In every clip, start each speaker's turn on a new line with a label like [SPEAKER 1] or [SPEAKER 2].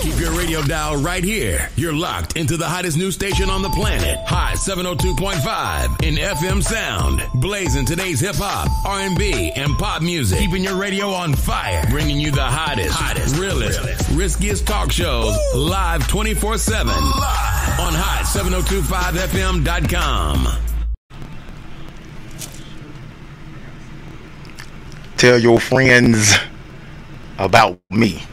[SPEAKER 1] Keep your radio dial right here. You're locked into the hottest news station on the planet. Hot 702.5 in FM sound. Blazing today's hip hop, R&B, and pop music. Keeping your radio on fire. Bringing you the hottest, hottest, realest, riskiest talk shows live 24-7. On hot 702.5fm.com.
[SPEAKER 2] Tell your friends about me.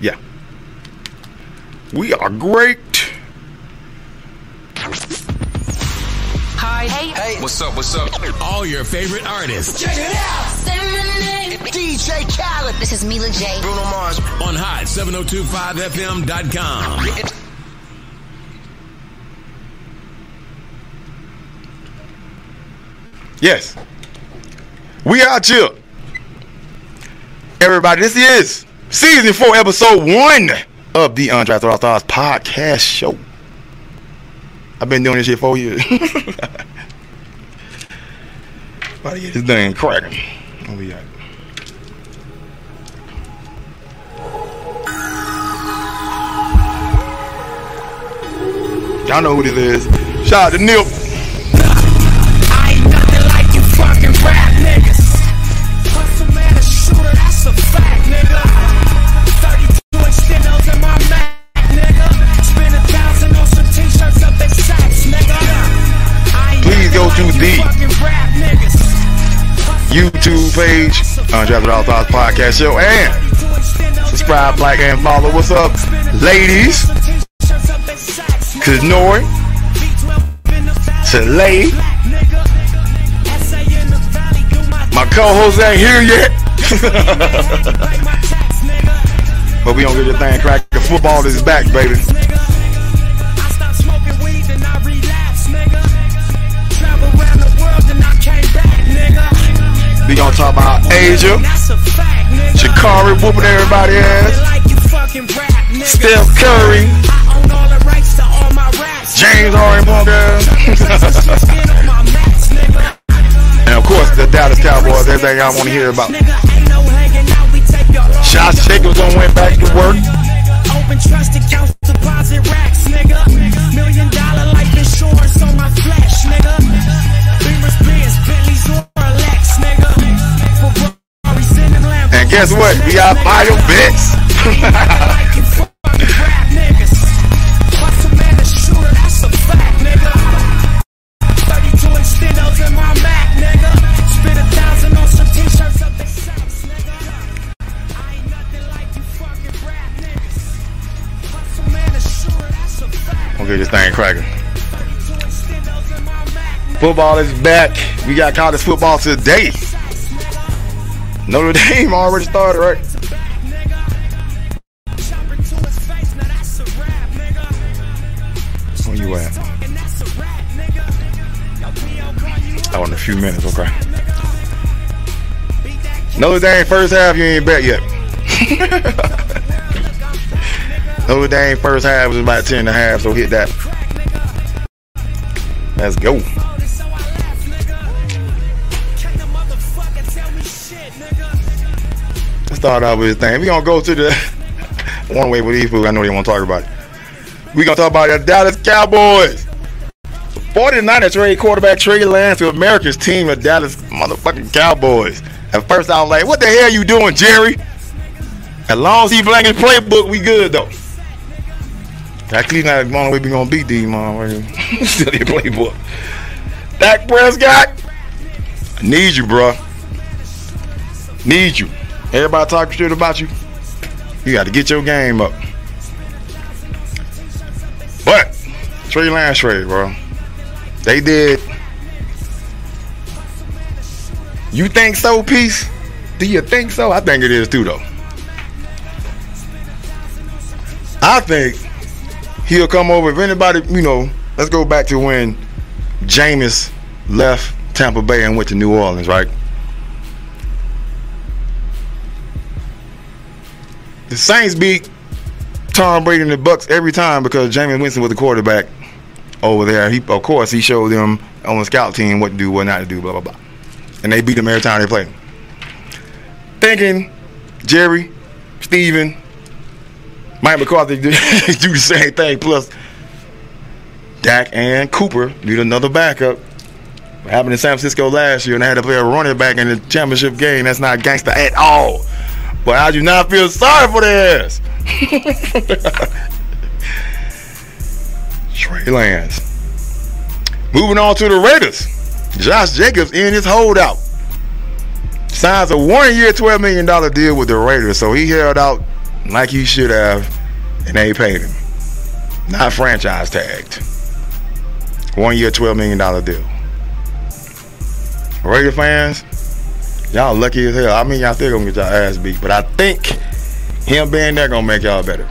[SPEAKER 2] yeah. We are great.
[SPEAKER 3] Hi. Hey.
[SPEAKER 4] What's up? What's up?
[SPEAKER 1] All your favorite artists
[SPEAKER 3] Check it out. Say my name. DJ Khaled. This is Mila J.
[SPEAKER 4] Bruno Mars.
[SPEAKER 1] on hot 702.5fm.com.
[SPEAKER 2] Yes. We out here. Everybody, this is season four, episode one of the Undrafted All Stars podcast show. I've been doing this shit four years. About to get this thing cracking. Oh, we out. Y'all know who this is. Shout out to Nip.
[SPEAKER 5] I ain't nothing like you fucking rap niggas. Hustle man, a shooter, that's a fact, nigga. 32 inch stinos in my Mac, nigga. Spend a thousand on some t-shirts up in sacks, nigga. I ain't
[SPEAKER 2] Please go to
[SPEAKER 5] nothing like you
[SPEAKER 2] the
[SPEAKER 5] fucking rap niggas.
[SPEAKER 2] YouTube page, Undrafted All Thoughts Podcast Show, and
[SPEAKER 5] 32 inch stinos in
[SPEAKER 2] subscribe, like, and follow. What's up, ladies?
[SPEAKER 5] some t-shirts up in sacks, nigga.
[SPEAKER 2] Kanoi,
[SPEAKER 5] B12 in the valley,
[SPEAKER 2] Talay,
[SPEAKER 5] black nigga. SA in the valley, do my
[SPEAKER 2] my co-host ain't here yet,
[SPEAKER 5] Pay my tax, nigga.
[SPEAKER 2] but we don't get the thing cracking. Football is back, baby.
[SPEAKER 5] nigga. I stopped smoking weed, then I relapsed, nigga. Traveled around the world, then I came back, nigga.
[SPEAKER 2] We gonna talk about Asia,
[SPEAKER 5] That's a fact, nigga.
[SPEAKER 2] Shikari whooping everybody ass,
[SPEAKER 5] Like you fucking rap, nigga.
[SPEAKER 2] Steph Curry,
[SPEAKER 5] I own all the rights to all my raps.
[SPEAKER 2] James Harden, punk ass.
[SPEAKER 5] Skin on my max, nigga.
[SPEAKER 2] and of course the Dallas Cowboys. Everything y'all want to hear about.
[SPEAKER 5] Nigga, ain't no hanging out, we take your all.
[SPEAKER 2] Josh Jacobs done went back to work.
[SPEAKER 5] Open trust accounts, deposit racks, nigga. Million dollar life insurance on my flesh, nigga. Beamers, Benz, Bentleys, Rolex, nigga. Ferraris in the Lambo.
[SPEAKER 2] And guess what? We got Bio Bets.
[SPEAKER 5] Like you fucking rap niggas. Hustle man, a shooter, that's a fact, nigga. 32 inch stenos in my Mac, nigga. Spit a thousand on some t-shirts up in sacks, nigga. I ain't nothing like you fucking rap niggas. Hustle man, a shooter, that's a fact.
[SPEAKER 2] Okay, this thing cracking.
[SPEAKER 5] Football.
[SPEAKER 2] Football is back. We got college football today. Notre Dame already started, right? Where you at? Oh, in a few minutes, okay. Notre Dame first half, you ain't bet yet. Notre Dame first half was about 10 and a half, so hit that. Let's go. Let's start out with this thing. We're gonna go to the one way with these fools. I know they wanna talk about it. We're gonna talk about the Dallas Cowboys. 49er trade quarterback Trey Lance to America's team of Dallas motherfucking Cowboys. At first I was like, what the hell you doing, Jerry? As long as he blank his playbook, we good though. That Cleveland is the only way we gonna beat these motherfuckers. Still their playbook. Dak Prescott, I need you, bruh. Need you. Everybody talking shit about you. You got to get your game up. But Trey Lance trade, bro. They did. You think so, peace? Do you think so? I think it is too, though. I think he'll come over if anybody. You know, let's go back to when Jameis left Tampa Bay and went to New Orleans, right? the Saints beat Tom Brady and the Bucks every time because Jameis Winston was the quarterback. over there. He, of course, he showed them on the scout team what to do, what not to do, blah blah blah. And they beat them every time they played. Thinking Jerry, Steven, Mike McCarthy do, do the same thing. Plus, Dak and Cooper need another backup. What happened in San Francisco last year, and they had to play a running back in the championship game. That's not gangster at all. But I do not feel sorry for their ass. Trey Lance. Moving on to the Raiders. Josh Jacobs in his holdout. Signs a one year, $12 million deal with the Raiders. So he held out like he should have, and they paid him. Not franchise tagged. One year, $12 million deal. Raider fans, y'all lucky as hell. I mean, y'all still gonna get y'all ass beat, but I think him being there gonna make y'all better.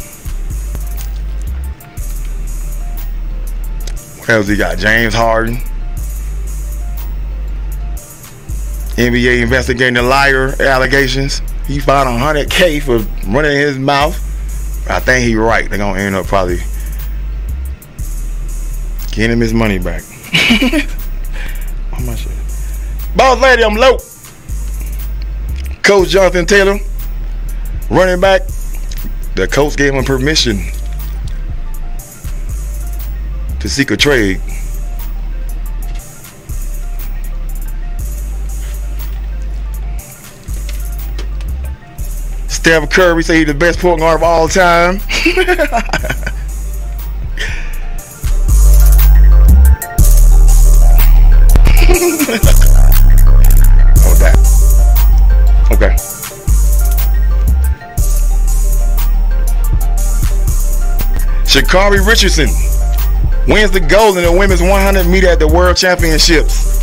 [SPEAKER 2] What else he got? James Harden. NBA investigating the liar allegations. He filed 100K for running his mouth. I think he right. They're gonna end up probably getting him his money back. How much? is it? Boss lady, I'm low. Coach Jonathan Taylor, running back. The coach gave him permission to seek a trade. Steph Curry said he's the best point guard of all time. Oh, that. Okay. Shakari Richardson wins the gold in the women's 100 meter at the World Championships.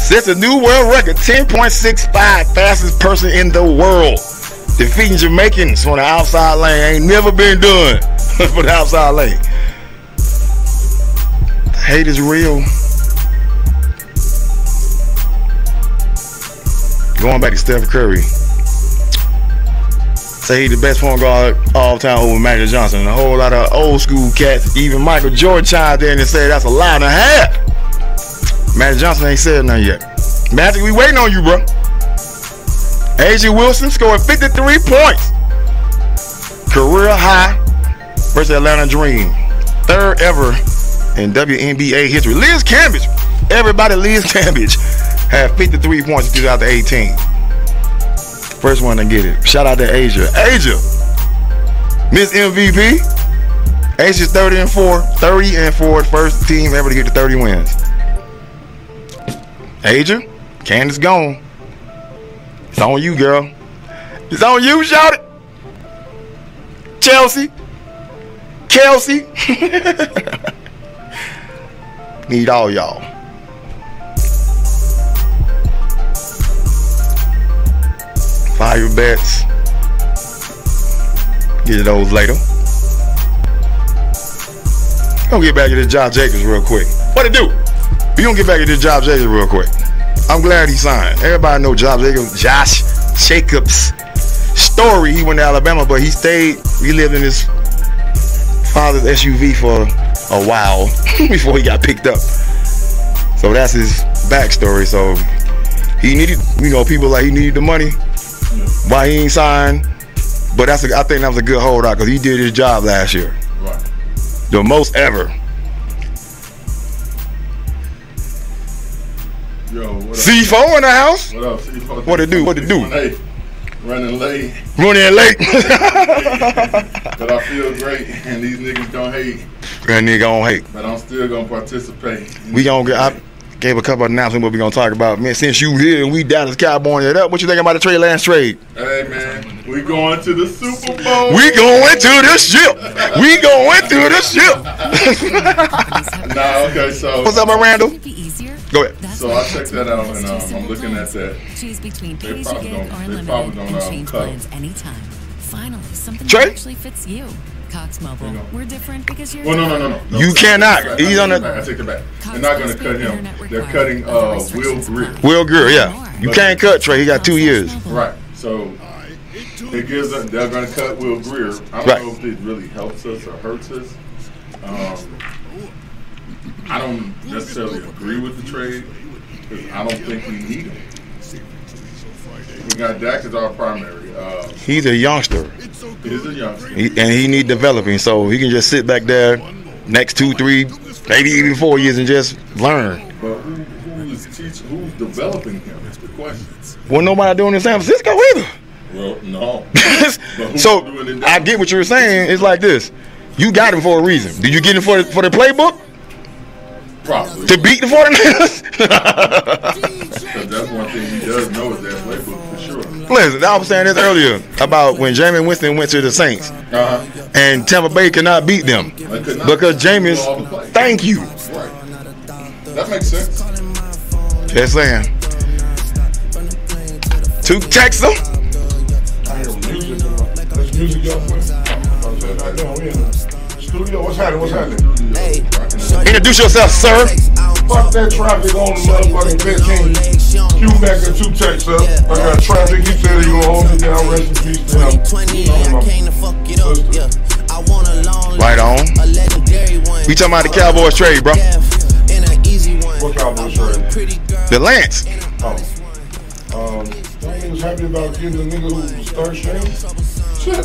[SPEAKER 2] Sets a new world record, 10.65 fastest person in the world. Defeating Jamaicans on the outside lane ain't never been done for the outside lane. Hate is real. going back to Steph Curry. Say he the best point guard all time over Magic Johnson. And a whole lot of old school cats, even Michael Jordan chimed in and said that's a lie and a half. Magic Johnson ain't said nothing yet. Magic, we waiting on you, bro. AJ Wilson scored 53 points. Career high versus Atlanta Dream. Third ever in WNBA history. Liz Cambage. Everybody, Liz Cambage had 53 points in 2018. First one to get it. Shout out to Asia. Asia, Miss MVP. Asia's 30 and 4. 30 and 4. First team ever to get to 30 wins. Asia, Candace gone. It's on you, girl. It's on you, shout it. Chelsea. Kelsey. Need all y'all. Fire bets. Get to those later. Gonna get back to this Josh Jacobs real quick. What it do? We gonna get back to this Josh Jacobs real quick. I'm glad he signed. Everybody know Josh Jacobs. Josh Jacobs story. He went to Alabama, but he stayed. He lived in his father's SUV for a while before he got picked up. So that's his backstory. So he needed, you know, people like he needed the money why he ain't signed. But that's a, I think that was a good holdout because he did his job last year,
[SPEAKER 4] Right.
[SPEAKER 2] the most ever.
[SPEAKER 4] Yo, what up?
[SPEAKER 2] C4 in the house,
[SPEAKER 4] What up? See, folks?
[SPEAKER 2] What it do? What it do?
[SPEAKER 4] Hey, running late,
[SPEAKER 2] running late.
[SPEAKER 4] but I feel great, and these niggas gonna hate,
[SPEAKER 2] that nigga on hate.
[SPEAKER 4] but I'm still gonna participate.
[SPEAKER 2] We gonna get. I gave a couple of announcements what we gonna talk about. Man, since you here and we Dallas Cowboying it up, what you think about the Trey Lance trade?
[SPEAKER 4] Hey man, we going to the Super Bowl.
[SPEAKER 2] We going to the ship. We going to the ship.
[SPEAKER 4] Nah, okay, so
[SPEAKER 2] What's up, my Randall?
[SPEAKER 6] It'd be easier.
[SPEAKER 2] Go ahead.
[SPEAKER 4] So I checked that out, and uh, I'm looking at that.
[SPEAKER 6] Choose between
[SPEAKER 4] They
[SPEAKER 6] pay as you
[SPEAKER 4] probably
[SPEAKER 6] go
[SPEAKER 4] don't-
[SPEAKER 6] or
[SPEAKER 4] they
[SPEAKER 6] unlimited
[SPEAKER 4] probably don't,
[SPEAKER 6] and
[SPEAKER 4] um,
[SPEAKER 6] change
[SPEAKER 4] cut 'em.
[SPEAKER 6] plans anytime. Finally, something
[SPEAKER 2] Trey?
[SPEAKER 6] that actually fits you. Cox Mobile.
[SPEAKER 4] don't.
[SPEAKER 6] We're different because you're.
[SPEAKER 4] Well, no, no, no, no. no
[SPEAKER 2] You cannot.
[SPEAKER 4] I take
[SPEAKER 2] He's
[SPEAKER 4] it
[SPEAKER 2] on
[SPEAKER 4] back.
[SPEAKER 2] the
[SPEAKER 4] I take it back. They're not gonna cut him. They're cutting uh, Will Greer.
[SPEAKER 2] Will Greer. Yeah, you can't cut Trey. He got two years.
[SPEAKER 4] Right. So it gives us. They're going to cut Will Greer. I don't
[SPEAKER 2] Right.
[SPEAKER 4] know if it really helps us or hurts us. Um,
[SPEAKER 7] I don't necessarily agree with the trade because I don't think we need him. We got Dak as our primary. Uh,
[SPEAKER 2] He's a youngster,
[SPEAKER 7] he's a youngster.
[SPEAKER 2] he, and he need developing. So he can just sit back there, next two, three, maybe even four years, and just learn.
[SPEAKER 7] But who, who is teach, who's developing him is the question.
[SPEAKER 2] Well, nobody doing it in San Francisco either.
[SPEAKER 7] Well, no.
[SPEAKER 2] so I get what you're saying. It's like this: you got him for a reason. Did you get him for for the playbook
[SPEAKER 7] Probably.
[SPEAKER 2] to beat the 49ers?
[SPEAKER 7] Because that's one thing he does know is that playbook for sure.
[SPEAKER 2] Listen, I was saying this earlier about when Jameis Winston went to the Saints
[SPEAKER 7] Uh-huh.
[SPEAKER 2] and Tampa Bay could not beat them
[SPEAKER 7] They could not
[SPEAKER 2] because
[SPEAKER 7] do all the
[SPEAKER 2] Jameis.
[SPEAKER 7] plays.
[SPEAKER 2] Thank you.
[SPEAKER 7] Right. That makes sense.
[SPEAKER 2] Just saying. To Texas.
[SPEAKER 8] There's music up. I know we in the studio. What's happening? What's happening?
[SPEAKER 2] Introduce yourself, sir.
[SPEAKER 8] Fuck that traffic on the motherfucking 15. Q back at two texts up. I got traffic. He said he gonna hold me down. Rest in peace to him.
[SPEAKER 9] 20, I came to fuck it up, yeah. I want a long
[SPEAKER 2] Right on.
[SPEAKER 9] life, a legendary one.
[SPEAKER 2] We talking about the Cowboys trade, bro.
[SPEAKER 9] Death and an easy one.
[SPEAKER 8] What Cowboys
[SPEAKER 9] I want a pretty
[SPEAKER 8] trade?
[SPEAKER 9] girl
[SPEAKER 2] The Lance.
[SPEAKER 9] and an honest one.
[SPEAKER 8] Oh. Um, I was happy about getting a nigga who was third string. Shit.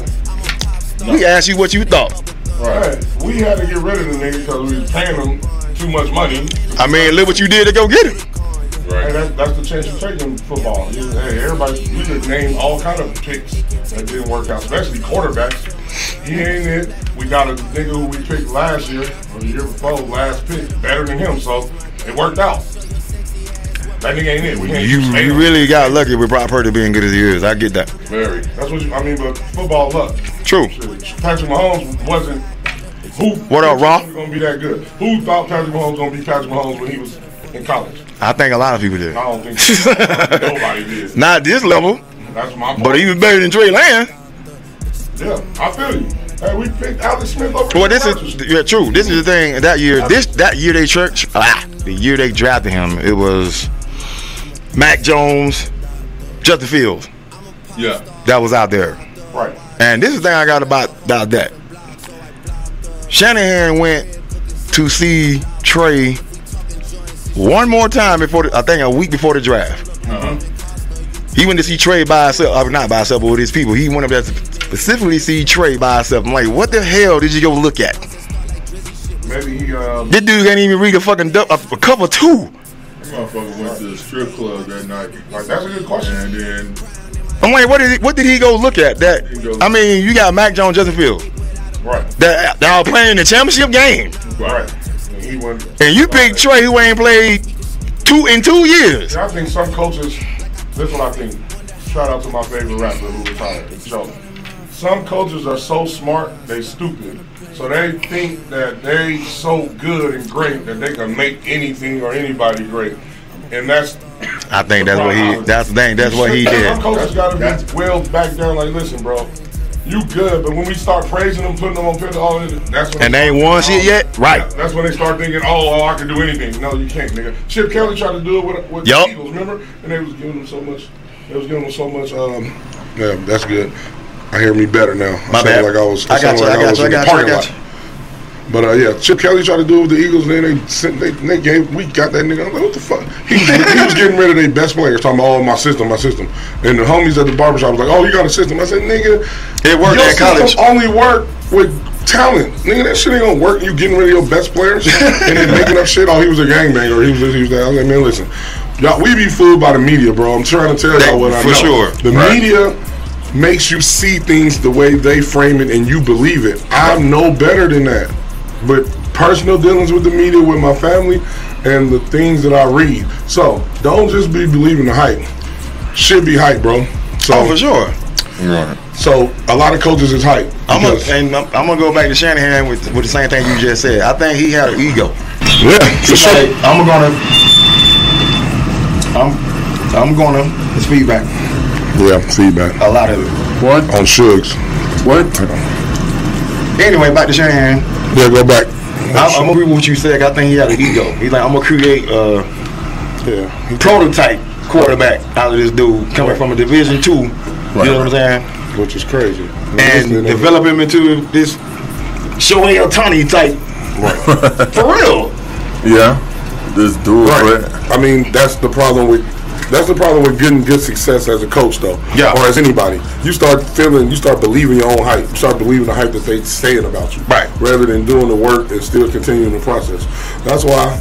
[SPEAKER 2] We asked you what you thought.
[SPEAKER 8] Right. We had to get rid of the nigga because we was paying him too much money.
[SPEAKER 2] I mean, look what you did to go get him.
[SPEAKER 8] And that, that's the chance you take in football. You, hey, everybody, you could name all kind of picks that didn't work out, especially quarterbacks. He ain't it. We got a nigga who we picked last year or the year before, last pick, better than him. So it worked out. That nigga ain't it. We ain't
[SPEAKER 2] You,
[SPEAKER 8] stay
[SPEAKER 2] you
[SPEAKER 8] on.
[SPEAKER 2] really got lucky with Brock Purdy being good as he is. I get that.
[SPEAKER 7] Very.
[SPEAKER 8] That's what you, I mean. But football luck.
[SPEAKER 2] True.
[SPEAKER 8] Shit, Patrick Mahomes wasn't. Who?
[SPEAKER 2] What up, Raw?
[SPEAKER 8] Gonna be that good? Who thought Patrick Mahomes gonna be Patrick Mahomes when he was in college?
[SPEAKER 2] I think a lot of people did.
[SPEAKER 8] I don't think so. nobody did.
[SPEAKER 2] Not at this level,
[SPEAKER 8] That's my point.
[SPEAKER 2] but even better than Trey Lance.
[SPEAKER 8] Yeah, I feel you. Hey, we picked Alex Smith over.
[SPEAKER 2] Well,
[SPEAKER 8] Aaron
[SPEAKER 2] this is
[SPEAKER 8] Rodgers.
[SPEAKER 2] yeah, true. This is the thing that year. This that year they church ah, the year they drafted him. It was Mac Jones, Justin Fields
[SPEAKER 7] Yeah.
[SPEAKER 2] that was out there.
[SPEAKER 8] right.
[SPEAKER 2] And this is the thing I got about about that. Shanahan went to see Trey one more time before the, I think a week before the draft.
[SPEAKER 7] Uh-huh.
[SPEAKER 2] He went to see Trey by himself, uh, not by himself, but with his people. He went up there to specifically see Trey by himself. I'm like, what the hell did you go look at?
[SPEAKER 8] Maybe he. Um,
[SPEAKER 2] This dude can't even read a fucking du- a, a cover two.
[SPEAKER 7] That motherfucker went to the strip club that night.
[SPEAKER 8] Like, that's a good question.
[SPEAKER 7] And then
[SPEAKER 2] I'm like, what did he, what did he go look at? That I mean, you got Mac Jones, Justin Fields.
[SPEAKER 8] right.
[SPEAKER 2] That they are playing the championship game,
[SPEAKER 8] Right. And he went.
[SPEAKER 2] and you pick Trey who ain't played two in two years.
[SPEAKER 8] I think some coaches. This is what I think. Shout out to my favorite rapper who retired, Joe. Some coaches are so smart they stupid. So they think that they so good and great that they can make anything or anybody great, and that's.
[SPEAKER 2] I think that's what he. That's the thing. That's what he did.
[SPEAKER 8] Some coaches got to be well back down. Like, listen, bro, you good, but when we start praising them, putting them on pedestal, all of it, that's when
[SPEAKER 2] And they
[SPEAKER 8] start
[SPEAKER 2] ain't won
[SPEAKER 8] thinking,
[SPEAKER 2] shit
[SPEAKER 8] oh,
[SPEAKER 2] yet? Right.
[SPEAKER 8] yeah, That's when they start thinking, oh, oh, I can do anything. No, you can't, nigga. Chip Kelly tried to do it with, with
[SPEAKER 2] Yup.
[SPEAKER 8] the Eagles, remember? And they was giving them so much. They was giving them so much. Um, yeah, that's good. I hear me better now. I
[SPEAKER 2] My
[SPEAKER 8] sound
[SPEAKER 2] bad.
[SPEAKER 8] Like I, was,
[SPEAKER 2] I got
[SPEAKER 8] sound
[SPEAKER 2] you,
[SPEAKER 8] Like
[SPEAKER 2] I got
[SPEAKER 8] was
[SPEAKER 2] you,
[SPEAKER 8] in
[SPEAKER 2] I got
[SPEAKER 8] the
[SPEAKER 2] you, I
[SPEAKER 8] parking
[SPEAKER 2] got
[SPEAKER 8] lot. But uh, yeah, Chip Kelly tried to do it with the Eagles, and then they sent, they, they gave we got that nigga. I'm like, what the fuck? He, was- he was getting rid of their best players, talking about oh my system, my system. And the homies at the barbershop was like, oh you got a system. I said, nigga,
[SPEAKER 2] It worked
[SPEAKER 8] your
[SPEAKER 2] at college.
[SPEAKER 8] system Only work with talent, nigga. That shit ain't gonna work. You getting rid of your best players and then making up shit. Oh, he was a gangbanger. He was this, he was that. I was like, man, listen, y'all, we be fooled by the media, bro. I'm trying to tell
[SPEAKER 2] That-
[SPEAKER 8] y'all what I
[SPEAKER 2] for sure.
[SPEAKER 8] know. the
[SPEAKER 2] Right.
[SPEAKER 8] media makes you see things the way they frame it and you believe it. I'm no better than that. But personal dealings with the media, with my family, and the things that I read. So don't just be believing the hype. Should be hype, bro. So
[SPEAKER 2] Oh, for sure.
[SPEAKER 8] So a lot of coaches is hype.
[SPEAKER 2] I'm gonna
[SPEAKER 8] because-
[SPEAKER 2] and I'm, I'm gonna go back to Shanahan with with the same thing you just said. I think he had an ego.
[SPEAKER 8] yeah, for
[SPEAKER 2] He's like,
[SPEAKER 8] sure.
[SPEAKER 2] I'm gonna. I'm I'm gonna. It's feedback.
[SPEAKER 8] Yeah, feedback.
[SPEAKER 2] A lot of it.
[SPEAKER 8] What on Suggs? What?
[SPEAKER 2] Anyway, back to Shanahan.
[SPEAKER 8] Yeah, go back.
[SPEAKER 2] I'm, I'm gonna agree with what you said. 'cause I think he had an ego. He's like, I'm gonna create a
[SPEAKER 8] yeah, he
[SPEAKER 2] prototype quarterback out of this dude coming from a Division two. You know what I'm saying?
[SPEAKER 8] which is crazy.
[SPEAKER 2] and develop him into this Shohei Otani type. For real.
[SPEAKER 4] Yeah, this dual
[SPEAKER 8] Right.
[SPEAKER 4] threat.
[SPEAKER 8] I mean, that's the problem with that's the problem with getting good success as a coach, though.
[SPEAKER 2] Yeah.
[SPEAKER 8] Or as anybody, you start feeling, you start believing your own hype. You start believing the hype that they saying about you.
[SPEAKER 2] Right.
[SPEAKER 8] Rather than doing the work and still continuing the process. That's why.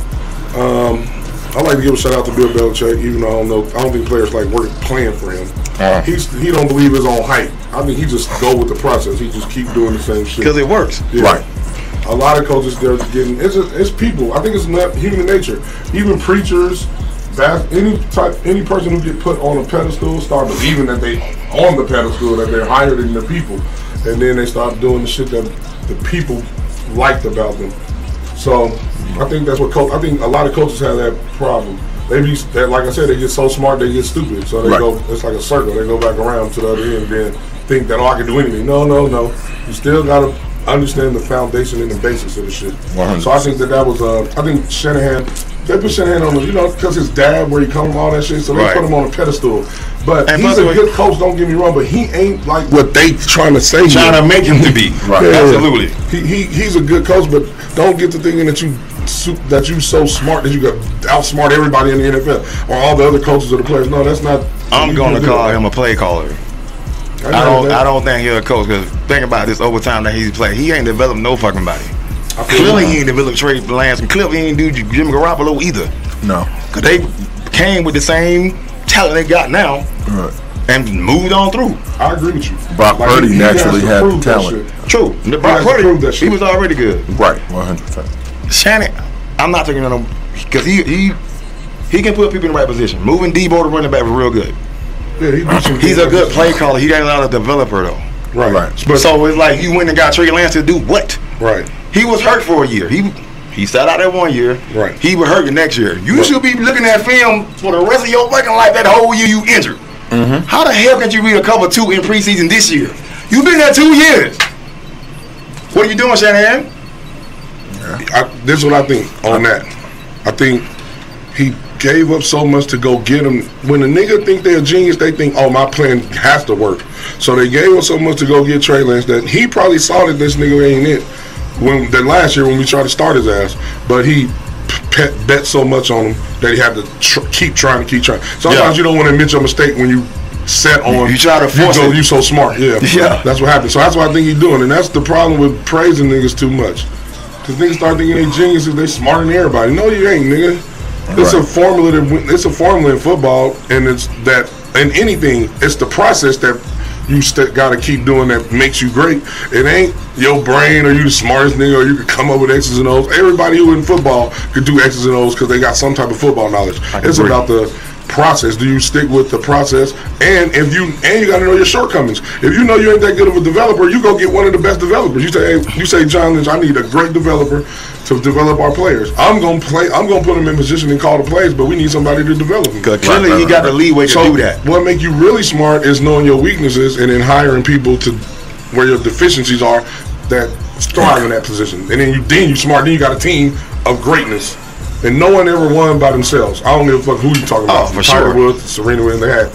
[SPEAKER 8] Um, I like to give a shout out to Bill Belichick, even though I don't know, I don't think players like work playing for him.
[SPEAKER 2] Uh-huh.
[SPEAKER 8] He's he don't believe his own hype. I mean, he just go with the process. He just keep doing the same shit.
[SPEAKER 2] because it works.
[SPEAKER 8] Yeah. A lot of coaches they're getting it's just, it's people. I think it's not human nature. Even preachers, that any type any person who get put on a pedestal start believing that they on the pedestal that they're higher than the people, and then they start doing the shit that the people liked about them. So I think that's what coach. I think a lot of coaches have that problem. They be they, like I said, they get so smart they get stupid. So they
[SPEAKER 4] Right.
[SPEAKER 8] go. It's like a circle. They go back around to the other end, then think that oh I can do anything. No, no, no. You still gotta understand the foundation and the basics of the shit.
[SPEAKER 4] 100.
[SPEAKER 8] So I think that that was. Uh, I think Shanahan. They put Shanahan on the, you know, because his dad, where he come from, all that shit. So they
[SPEAKER 2] Right.
[SPEAKER 8] put him on a pedestal. But
[SPEAKER 2] And by
[SPEAKER 8] he's
[SPEAKER 2] the
[SPEAKER 8] a
[SPEAKER 2] way-
[SPEAKER 8] good coach. Don't get me wrong, but he ain't like what they trying to say.
[SPEAKER 2] Trying
[SPEAKER 8] here.
[SPEAKER 2] to make him to be
[SPEAKER 4] Right.
[SPEAKER 8] Yeah.
[SPEAKER 2] Absolutely.
[SPEAKER 8] He, he he's a good coach, but don't get to thinking that you su- that you so smart that you got outsmart everybody in the NFL or all the other coaches or the players. No, that's not.
[SPEAKER 2] I'm
[SPEAKER 8] you
[SPEAKER 2] going
[SPEAKER 8] can't
[SPEAKER 2] to
[SPEAKER 8] do
[SPEAKER 2] call
[SPEAKER 8] that.
[SPEAKER 2] him a play caller. I
[SPEAKER 8] know
[SPEAKER 2] don't.
[SPEAKER 8] that.
[SPEAKER 2] I don't think he'll coach because think about this overtime that he's playing. He ain't developed no fucking body.
[SPEAKER 8] I feel
[SPEAKER 2] Clearly,
[SPEAKER 8] you.
[SPEAKER 2] he ain't developed Trey Lance, and clearly he ain't do Jim Garoppolo either.
[SPEAKER 4] No.
[SPEAKER 2] Cause they came with the same talent they got now and moved on through.
[SPEAKER 8] I agree with you.
[SPEAKER 4] Brock Purdy
[SPEAKER 8] he- he has
[SPEAKER 4] naturally
[SPEAKER 8] to
[SPEAKER 4] had
[SPEAKER 8] prove that
[SPEAKER 4] talent.
[SPEAKER 8] shit.
[SPEAKER 2] True. The
[SPEAKER 8] has
[SPEAKER 2] Brock
[SPEAKER 8] to
[SPEAKER 2] Purdy,
[SPEAKER 8] prove that
[SPEAKER 2] he
[SPEAKER 8] shit.
[SPEAKER 2] was already good.
[SPEAKER 4] Right. One hundred percent.
[SPEAKER 2] Shannon, I'm not taking on him because he he he can put people in the right position. Moving Debo to running back was real good.
[SPEAKER 8] Yeah, he do some
[SPEAKER 2] He's a good
[SPEAKER 8] things.
[SPEAKER 2] play caller. He ain't not a developer though.
[SPEAKER 8] Right.
[SPEAKER 4] Right.
[SPEAKER 2] But so it's like you went and got Trey Lance to do what?
[SPEAKER 8] Right.
[SPEAKER 2] He was hurt for a year. He he sat out that one year.
[SPEAKER 8] Right.
[SPEAKER 2] He was hurt the next year. You should be looking at film for the rest of your fucking life. That whole year you injured. How the hell can you be a cover two in preseason this year? You've been there two years. What are you doing, Shanahan?
[SPEAKER 8] I, this is what I think on that. I think he gave up so much to go get him. When a nigga think they're a genius, they think, oh, my plan has to work. So they gave up so much to go get Trey Lance that he probably saw that this nigga ain't it when that last year when we tried to start his ass, but he pet, bet so much on him that he had to tr- keep trying to keep trying. Sometimes
[SPEAKER 2] Yeah.
[SPEAKER 8] you don't want to admit your mistake when you set on.
[SPEAKER 2] You try to force
[SPEAKER 8] go,
[SPEAKER 2] it.
[SPEAKER 8] You so smart, yeah.
[SPEAKER 2] Yeah.
[SPEAKER 8] That's what happens. So that's what I think he's doing, and that's the problem with praising niggas too much. Cause niggas start thinking they geniuses, they smarter than everybody. No, you ain't, nigga. It's a
[SPEAKER 4] Right.
[SPEAKER 8] formula that win- it's a formula in football, and it's that in anything, it's the process that you st- gotta keep doing that makes you great. It ain't your brain or you the smartest nigga or you can come up with X's and O's. Everybody who in football could do X's and O's because they got some type of football knowledge. It's
[SPEAKER 2] agree.
[SPEAKER 8] about the process. Do you stick with the process? And if you and you gotta know your shortcomings. If you know you ain't that good of a developer, you go get one of the best developers. You say hey, you say John Lynch, I need a great developer to develop our players. I'm gonna play. I'm gonna put them in position and call the plays, but we need somebody to develop them.
[SPEAKER 2] Because clearly
[SPEAKER 4] right,
[SPEAKER 2] he got the
[SPEAKER 4] right.
[SPEAKER 2] leeway to
[SPEAKER 8] So
[SPEAKER 2] do that.
[SPEAKER 8] what make you really smart is knowing your weaknesses and then hiring people to where your deficiencies are that thrive in that position. And then you then you smart. Then you got a team of greatness. And no one ever won by themselves. I don't give a fuck who you talking about.
[SPEAKER 2] Oh, for
[SPEAKER 8] Oh, Tiger
[SPEAKER 2] sure.
[SPEAKER 8] Woods, Serena Williams, they had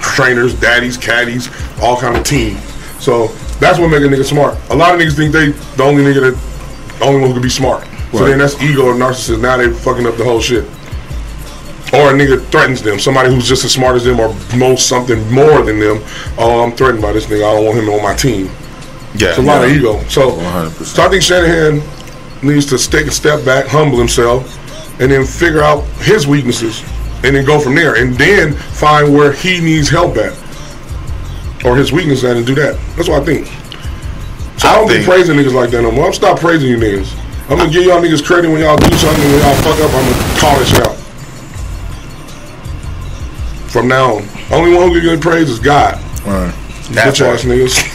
[SPEAKER 8] trainers, daddies, caddies, all kind of team. So that's what make a nigga smart. A lot of niggas think they the only nigga that the only one who can be smart. So
[SPEAKER 4] Right.
[SPEAKER 8] then that's ego and narcissist. Now they fucking up the whole shit or a nigga threatens them, somebody who's just as smart as them or knows something more than them. Oh, I'm threatened by this nigga. I don't want him on my team.
[SPEAKER 2] Yeah.
[SPEAKER 8] It's a lot of ego. So,
[SPEAKER 4] 100%.
[SPEAKER 8] so I think Shanahan needs to take a step back, humble himself, and then figure out his weaknesses, and then go from there, and then find where he needs help at or his weakness at, and do that. That's what I think. So I,
[SPEAKER 2] I
[SPEAKER 8] don't
[SPEAKER 2] think-
[SPEAKER 8] be praising niggas like that no more. I'm stop praising you niggas. I'm gonna give y'all niggas credit when y'all do something. When y'all fuck up, I'm gonna call this out. From now on, only one who can get praise is God.
[SPEAKER 2] That
[SPEAKER 8] Bitch ass
[SPEAKER 2] part.
[SPEAKER 8] niggas.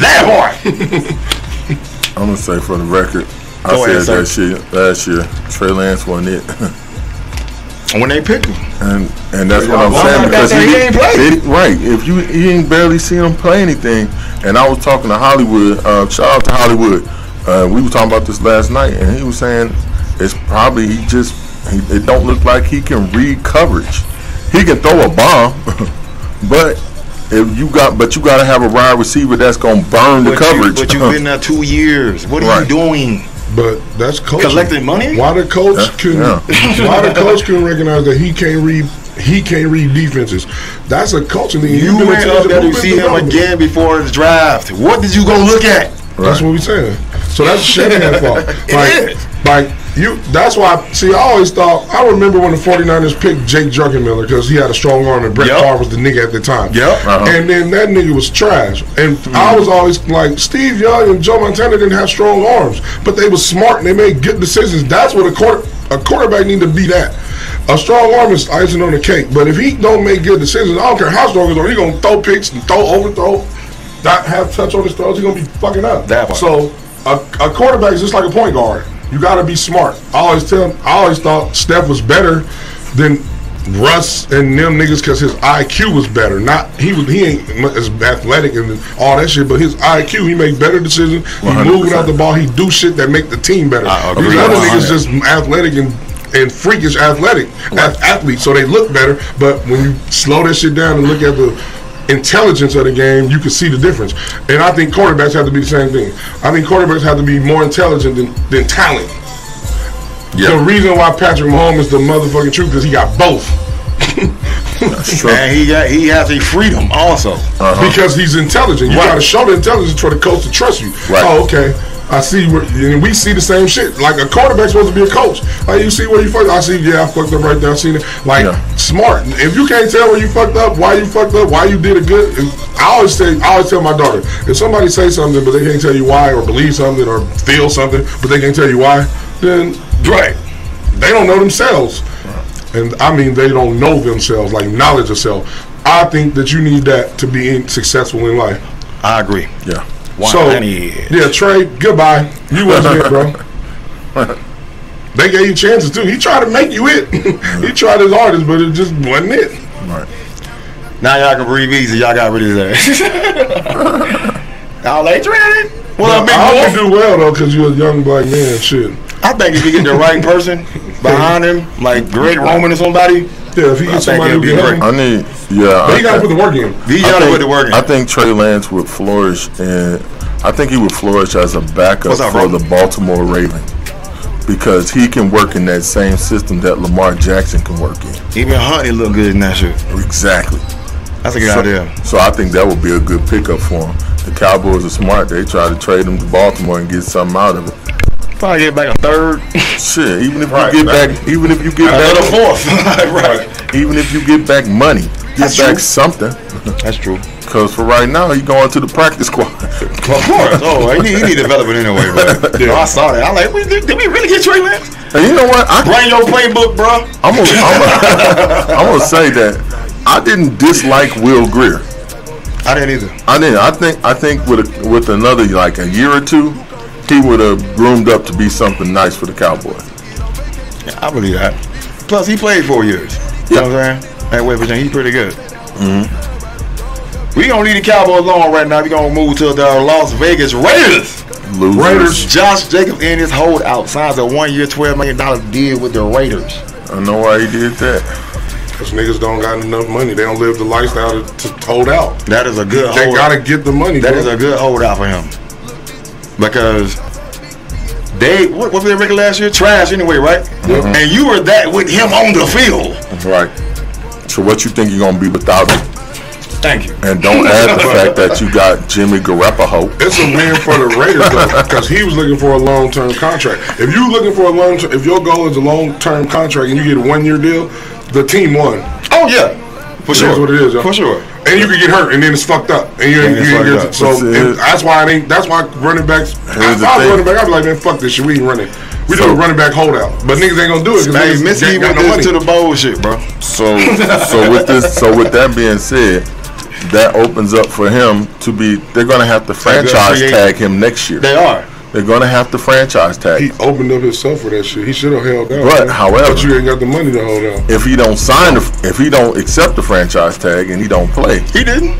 [SPEAKER 2] that part.
[SPEAKER 4] I'm gonna say for the record,
[SPEAKER 2] Go
[SPEAKER 4] I
[SPEAKER 2] ahead,
[SPEAKER 4] said that shit last year. Trey Lance won it,
[SPEAKER 2] when they picked him.
[SPEAKER 4] and and that's what I'm
[SPEAKER 2] Why
[SPEAKER 4] saying
[SPEAKER 2] not?
[SPEAKER 4] because
[SPEAKER 2] He ain't play.
[SPEAKER 4] it- right. If you he ain't barely see him play anything, and I was talking to Hollywood. Uh, shout out to Hollywood. Uh, we were talking about this last night, and he was saying it's probably he just he, it don't look like he can read coverage. He can throw a bomb, but. If you got, but you got to have a wide receiver that's gonna burn
[SPEAKER 2] But
[SPEAKER 4] the
[SPEAKER 2] you-
[SPEAKER 4] coverage.
[SPEAKER 2] But you've been there two years. What are you
[SPEAKER 4] Right.
[SPEAKER 2] doing?
[SPEAKER 8] But that's coaching.
[SPEAKER 2] Collecting money?
[SPEAKER 8] Why the coach
[SPEAKER 4] Yeah,
[SPEAKER 8] can?
[SPEAKER 4] yeah.
[SPEAKER 8] Why the coach can recognize that he can't read? He can't read defenses. That's a coaching thing.
[SPEAKER 2] You
[SPEAKER 8] been
[SPEAKER 2] went
[SPEAKER 8] into
[SPEAKER 2] up there to
[SPEAKER 8] the
[SPEAKER 2] see him
[SPEAKER 8] development.
[SPEAKER 2] again before the draft. What did you go look at?
[SPEAKER 8] That's
[SPEAKER 4] Right.
[SPEAKER 8] what we saying. So that's Shanahan's fault.
[SPEAKER 2] It
[SPEAKER 8] Like,
[SPEAKER 2] is.
[SPEAKER 8] like you. That's why. See, I always thought. I remember when the 49ers picked Jake Druckenmiller because he had a strong arm and Brett
[SPEAKER 2] Yep.
[SPEAKER 8] Favre was the nigga at the time.
[SPEAKER 2] Yep.
[SPEAKER 4] Uh-huh.
[SPEAKER 8] And then that nigga was trash. And
[SPEAKER 2] Mm-hmm.
[SPEAKER 8] I was always like, Steve Young and Joe Montana didn't have strong arms, but they was smart and they made good decisions. That's what a quarter, a quarterback need to be. That a strong arm is icing on the cake. But if he don't make good decisions, I don't care how strong his arm, he gonna throw picks and throw overthrow. Not have touch on his throws, he gonna be fucking up.
[SPEAKER 2] That part.
[SPEAKER 8] So a, a quarterback is just like a point guard. You got to be smart. I always tell. I always thought Steph was better than Russ and them niggas because his IQ was better. Not he was he ain't mu- as athletic and all that shit, but his IQ he make better decisions. He move
[SPEAKER 4] 100%.
[SPEAKER 8] without the ball. He do shit that make the team better.
[SPEAKER 2] I agree
[SPEAKER 8] These other
[SPEAKER 2] 100%.
[SPEAKER 8] niggas just athletic and. And freakish athletic ath- athletes, so they look better. But when you slow that shit down and look at the intelligence of the game, you can see the difference. And I think quarterbacks have to be the same thing. I think quarterbacks have to be more intelligent than, than talent. The
[SPEAKER 4] Yeah,
[SPEAKER 8] reason why Patrick Mahomes is the motherfucking truth is he got both.
[SPEAKER 4] that's true.
[SPEAKER 2] And he got he has a freedom also.
[SPEAKER 8] Because he's intelligent. You
[SPEAKER 2] Uh-huh. Right.
[SPEAKER 8] gotta show the intelligence for the coach to trust you.
[SPEAKER 4] Right.
[SPEAKER 8] Oh, okay. I see where and we see the same shit. Like a quarterback's supposed to be a coach. Like you see where you fucked I see, yeah, I fucked up right there. I seen it. Like
[SPEAKER 4] Yeah.
[SPEAKER 8] smart. If you can't tell where you fucked up, why you fucked up, why you did a good and I always say I always tell my daughter, if somebody says something but they can't tell you why or believe something or feel something, but they can't tell you why, then right. They don't know themselves. And I mean, they don't know themselves, like knowledge of self. I think that you need that to be in- successful in life.
[SPEAKER 2] I agree.
[SPEAKER 4] Yeah.
[SPEAKER 8] So,
[SPEAKER 2] 100.
[SPEAKER 8] yeah, Trey, goodbye. You wasn't it, bro. They gave you chances too. He tried to make you it. he tried his hardest, but it just wasn't it.
[SPEAKER 4] Right.
[SPEAKER 2] Now y'all can breathe easy. Y'all got rid of that. Y'all ain't traded. Well,
[SPEAKER 8] I hope
[SPEAKER 2] I,
[SPEAKER 8] you do well though, because you're a young black man. Shit.
[SPEAKER 2] I think if you get the right person behind him, like Greg Roman or somebody,
[SPEAKER 8] Yeah, if he
[SPEAKER 2] I
[SPEAKER 8] gets
[SPEAKER 2] think
[SPEAKER 8] somebody
[SPEAKER 2] it'll
[SPEAKER 8] who
[SPEAKER 2] be
[SPEAKER 8] can help
[SPEAKER 2] great.
[SPEAKER 8] him,
[SPEAKER 4] I need. Yeah.
[SPEAKER 8] but
[SPEAKER 4] I-
[SPEAKER 8] he got to put the work in.
[SPEAKER 2] these
[SPEAKER 4] I
[SPEAKER 2] y'all
[SPEAKER 4] think-
[SPEAKER 2] put the work in.
[SPEAKER 4] I think Trey Lance would flourish, and I think he would flourish as a backup
[SPEAKER 2] What's up,
[SPEAKER 4] for
[SPEAKER 2] bro?
[SPEAKER 4] the Baltimore Ravens because he can work in that same system that Lamar Jackson can work in.
[SPEAKER 2] Even Huntley look good in that shit.
[SPEAKER 4] Exactly.
[SPEAKER 2] That's a good
[SPEAKER 4] so,
[SPEAKER 2] idea.
[SPEAKER 4] So I think that would be a good pickup for him. The Cowboys are smart. They try to trade him to Baltimore and get something out of it.
[SPEAKER 2] Probably get back a third,
[SPEAKER 4] Shit, even if
[SPEAKER 2] Right,
[SPEAKER 4] you get
[SPEAKER 2] right.
[SPEAKER 4] back, even if you get
[SPEAKER 2] another
[SPEAKER 4] back,
[SPEAKER 2] fourth. right.
[SPEAKER 4] even if you get back money, get
[SPEAKER 2] That's
[SPEAKER 4] back
[SPEAKER 2] true.
[SPEAKER 4] something.
[SPEAKER 2] That's true.
[SPEAKER 4] Because for right now, he going to the practice squad.
[SPEAKER 2] Of course. Oh, he need, he need development anyway, bro.
[SPEAKER 8] Yeah.
[SPEAKER 2] I saw that. I like, we, did, did we really get Trey Lance?
[SPEAKER 4] and you know what? I can
[SPEAKER 2] Bring your playbook, bro.
[SPEAKER 4] I'm gonna, I'm, gonna, I'm gonna say that I didn't dislike Will Greer.
[SPEAKER 2] I didn't either.
[SPEAKER 4] I didn't. I think I think with a, with another like a year or two, he would have groomed up to be something nice for the Cowboys.
[SPEAKER 2] Yeah, I believe that. Plus, he played four years. You know what I'm saying? At West Virginia, he's pretty good. We gonna leave the Cowboys alone right now. We gonna move to the Las Vegas Raiders.
[SPEAKER 4] Losers.
[SPEAKER 2] Josh Jacob and his holdout signs a one-year, twelve million dollar deal with the Raiders.
[SPEAKER 4] I don't know why he did that.
[SPEAKER 8] Cause niggas don't got enough money. They don't live the lifestyle to, to hold out.
[SPEAKER 2] That is a good.
[SPEAKER 8] They
[SPEAKER 2] holdout.
[SPEAKER 8] gotta get the money.
[SPEAKER 2] Oh, That
[SPEAKER 8] bro.
[SPEAKER 2] is a good holdout for him because they what was their record last year? Trash anyway, right? And you were that with him on the field.
[SPEAKER 4] Right. So what you think you're gonna be without him?
[SPEAKER 2] Thank you.
[SPEAKER 4] And don't add the fact that you got Jimmy Garoppolo.
[SPEAKER 8] It's a win for the Raiders though, because he was looking for a long term contract. If you looking for a long, term if your goal is a long term contract and you get a one year deal, the team won.
[SPEAKER 2] Oh yeah, for
[SPEAKER 8] That's
[SPEAKER 2] sure.
[SPEAKER 8] what it is, yo.
[SPEAKER 2] For sure.
[SPEAKER 8] And you could get hurt, and then it's fucked up, and you, ain't
[SPEAKER 2] And it's
[SPEAKER 8] you ain't
[SPEAKER 2] fucked
[SPEAKER 8] get
[SPEAKER 2] up.
[SPEAKER 8] so.
[SPEAKER 4] That's it.
[SPEAKER 8] and that's why I ain't. That's why running backs. If
[SPEAKER 4] Here's the
[SPEAKER 8] I was
[SPEAKER 4] thing.
[SPEAKER 8] running back, I'd be like, man, fuck this shit. We ain't running. We do a
[SPEAKER 4] So-
[SPEAKER 8] running back holdout, but niggas ain't gonna do it
[SPEAKER 2] Hey,
[SPEAKER 8] because niggas
[SPEAKER 2] Missy
[SPEAKER 8] ain't got
[SPEAKER 2] went
[SPEAKER 8] no money.
[SPEAKER 2] this to the bowl shit, bro.
[SPEAKER 4] So so with this so with that being said, that opens up for him to be. They're gonna have to
[SPEAKER 2] gonna
[SPEAKER 4] franchise
[SPEAKER 2] create-
[SPEAKER 4] tag him next year.
[SPEAKER 2] They are.
[SPEAKER 4] They're gonna have to franchise tag.
[SPEAKER 8] he opened up himself for that shit. He should have held out.
[SPEAKER 4] But,
[SPEAKER 8] man.
[SPEAKER 4] however-
[SPEAKER 8] but you ain't got the money to hold out.
[SPEAKER 4] if he don't sign, the, if he don't accept the franchise tag and he don't play.
[SPEAKER 2] He didn't.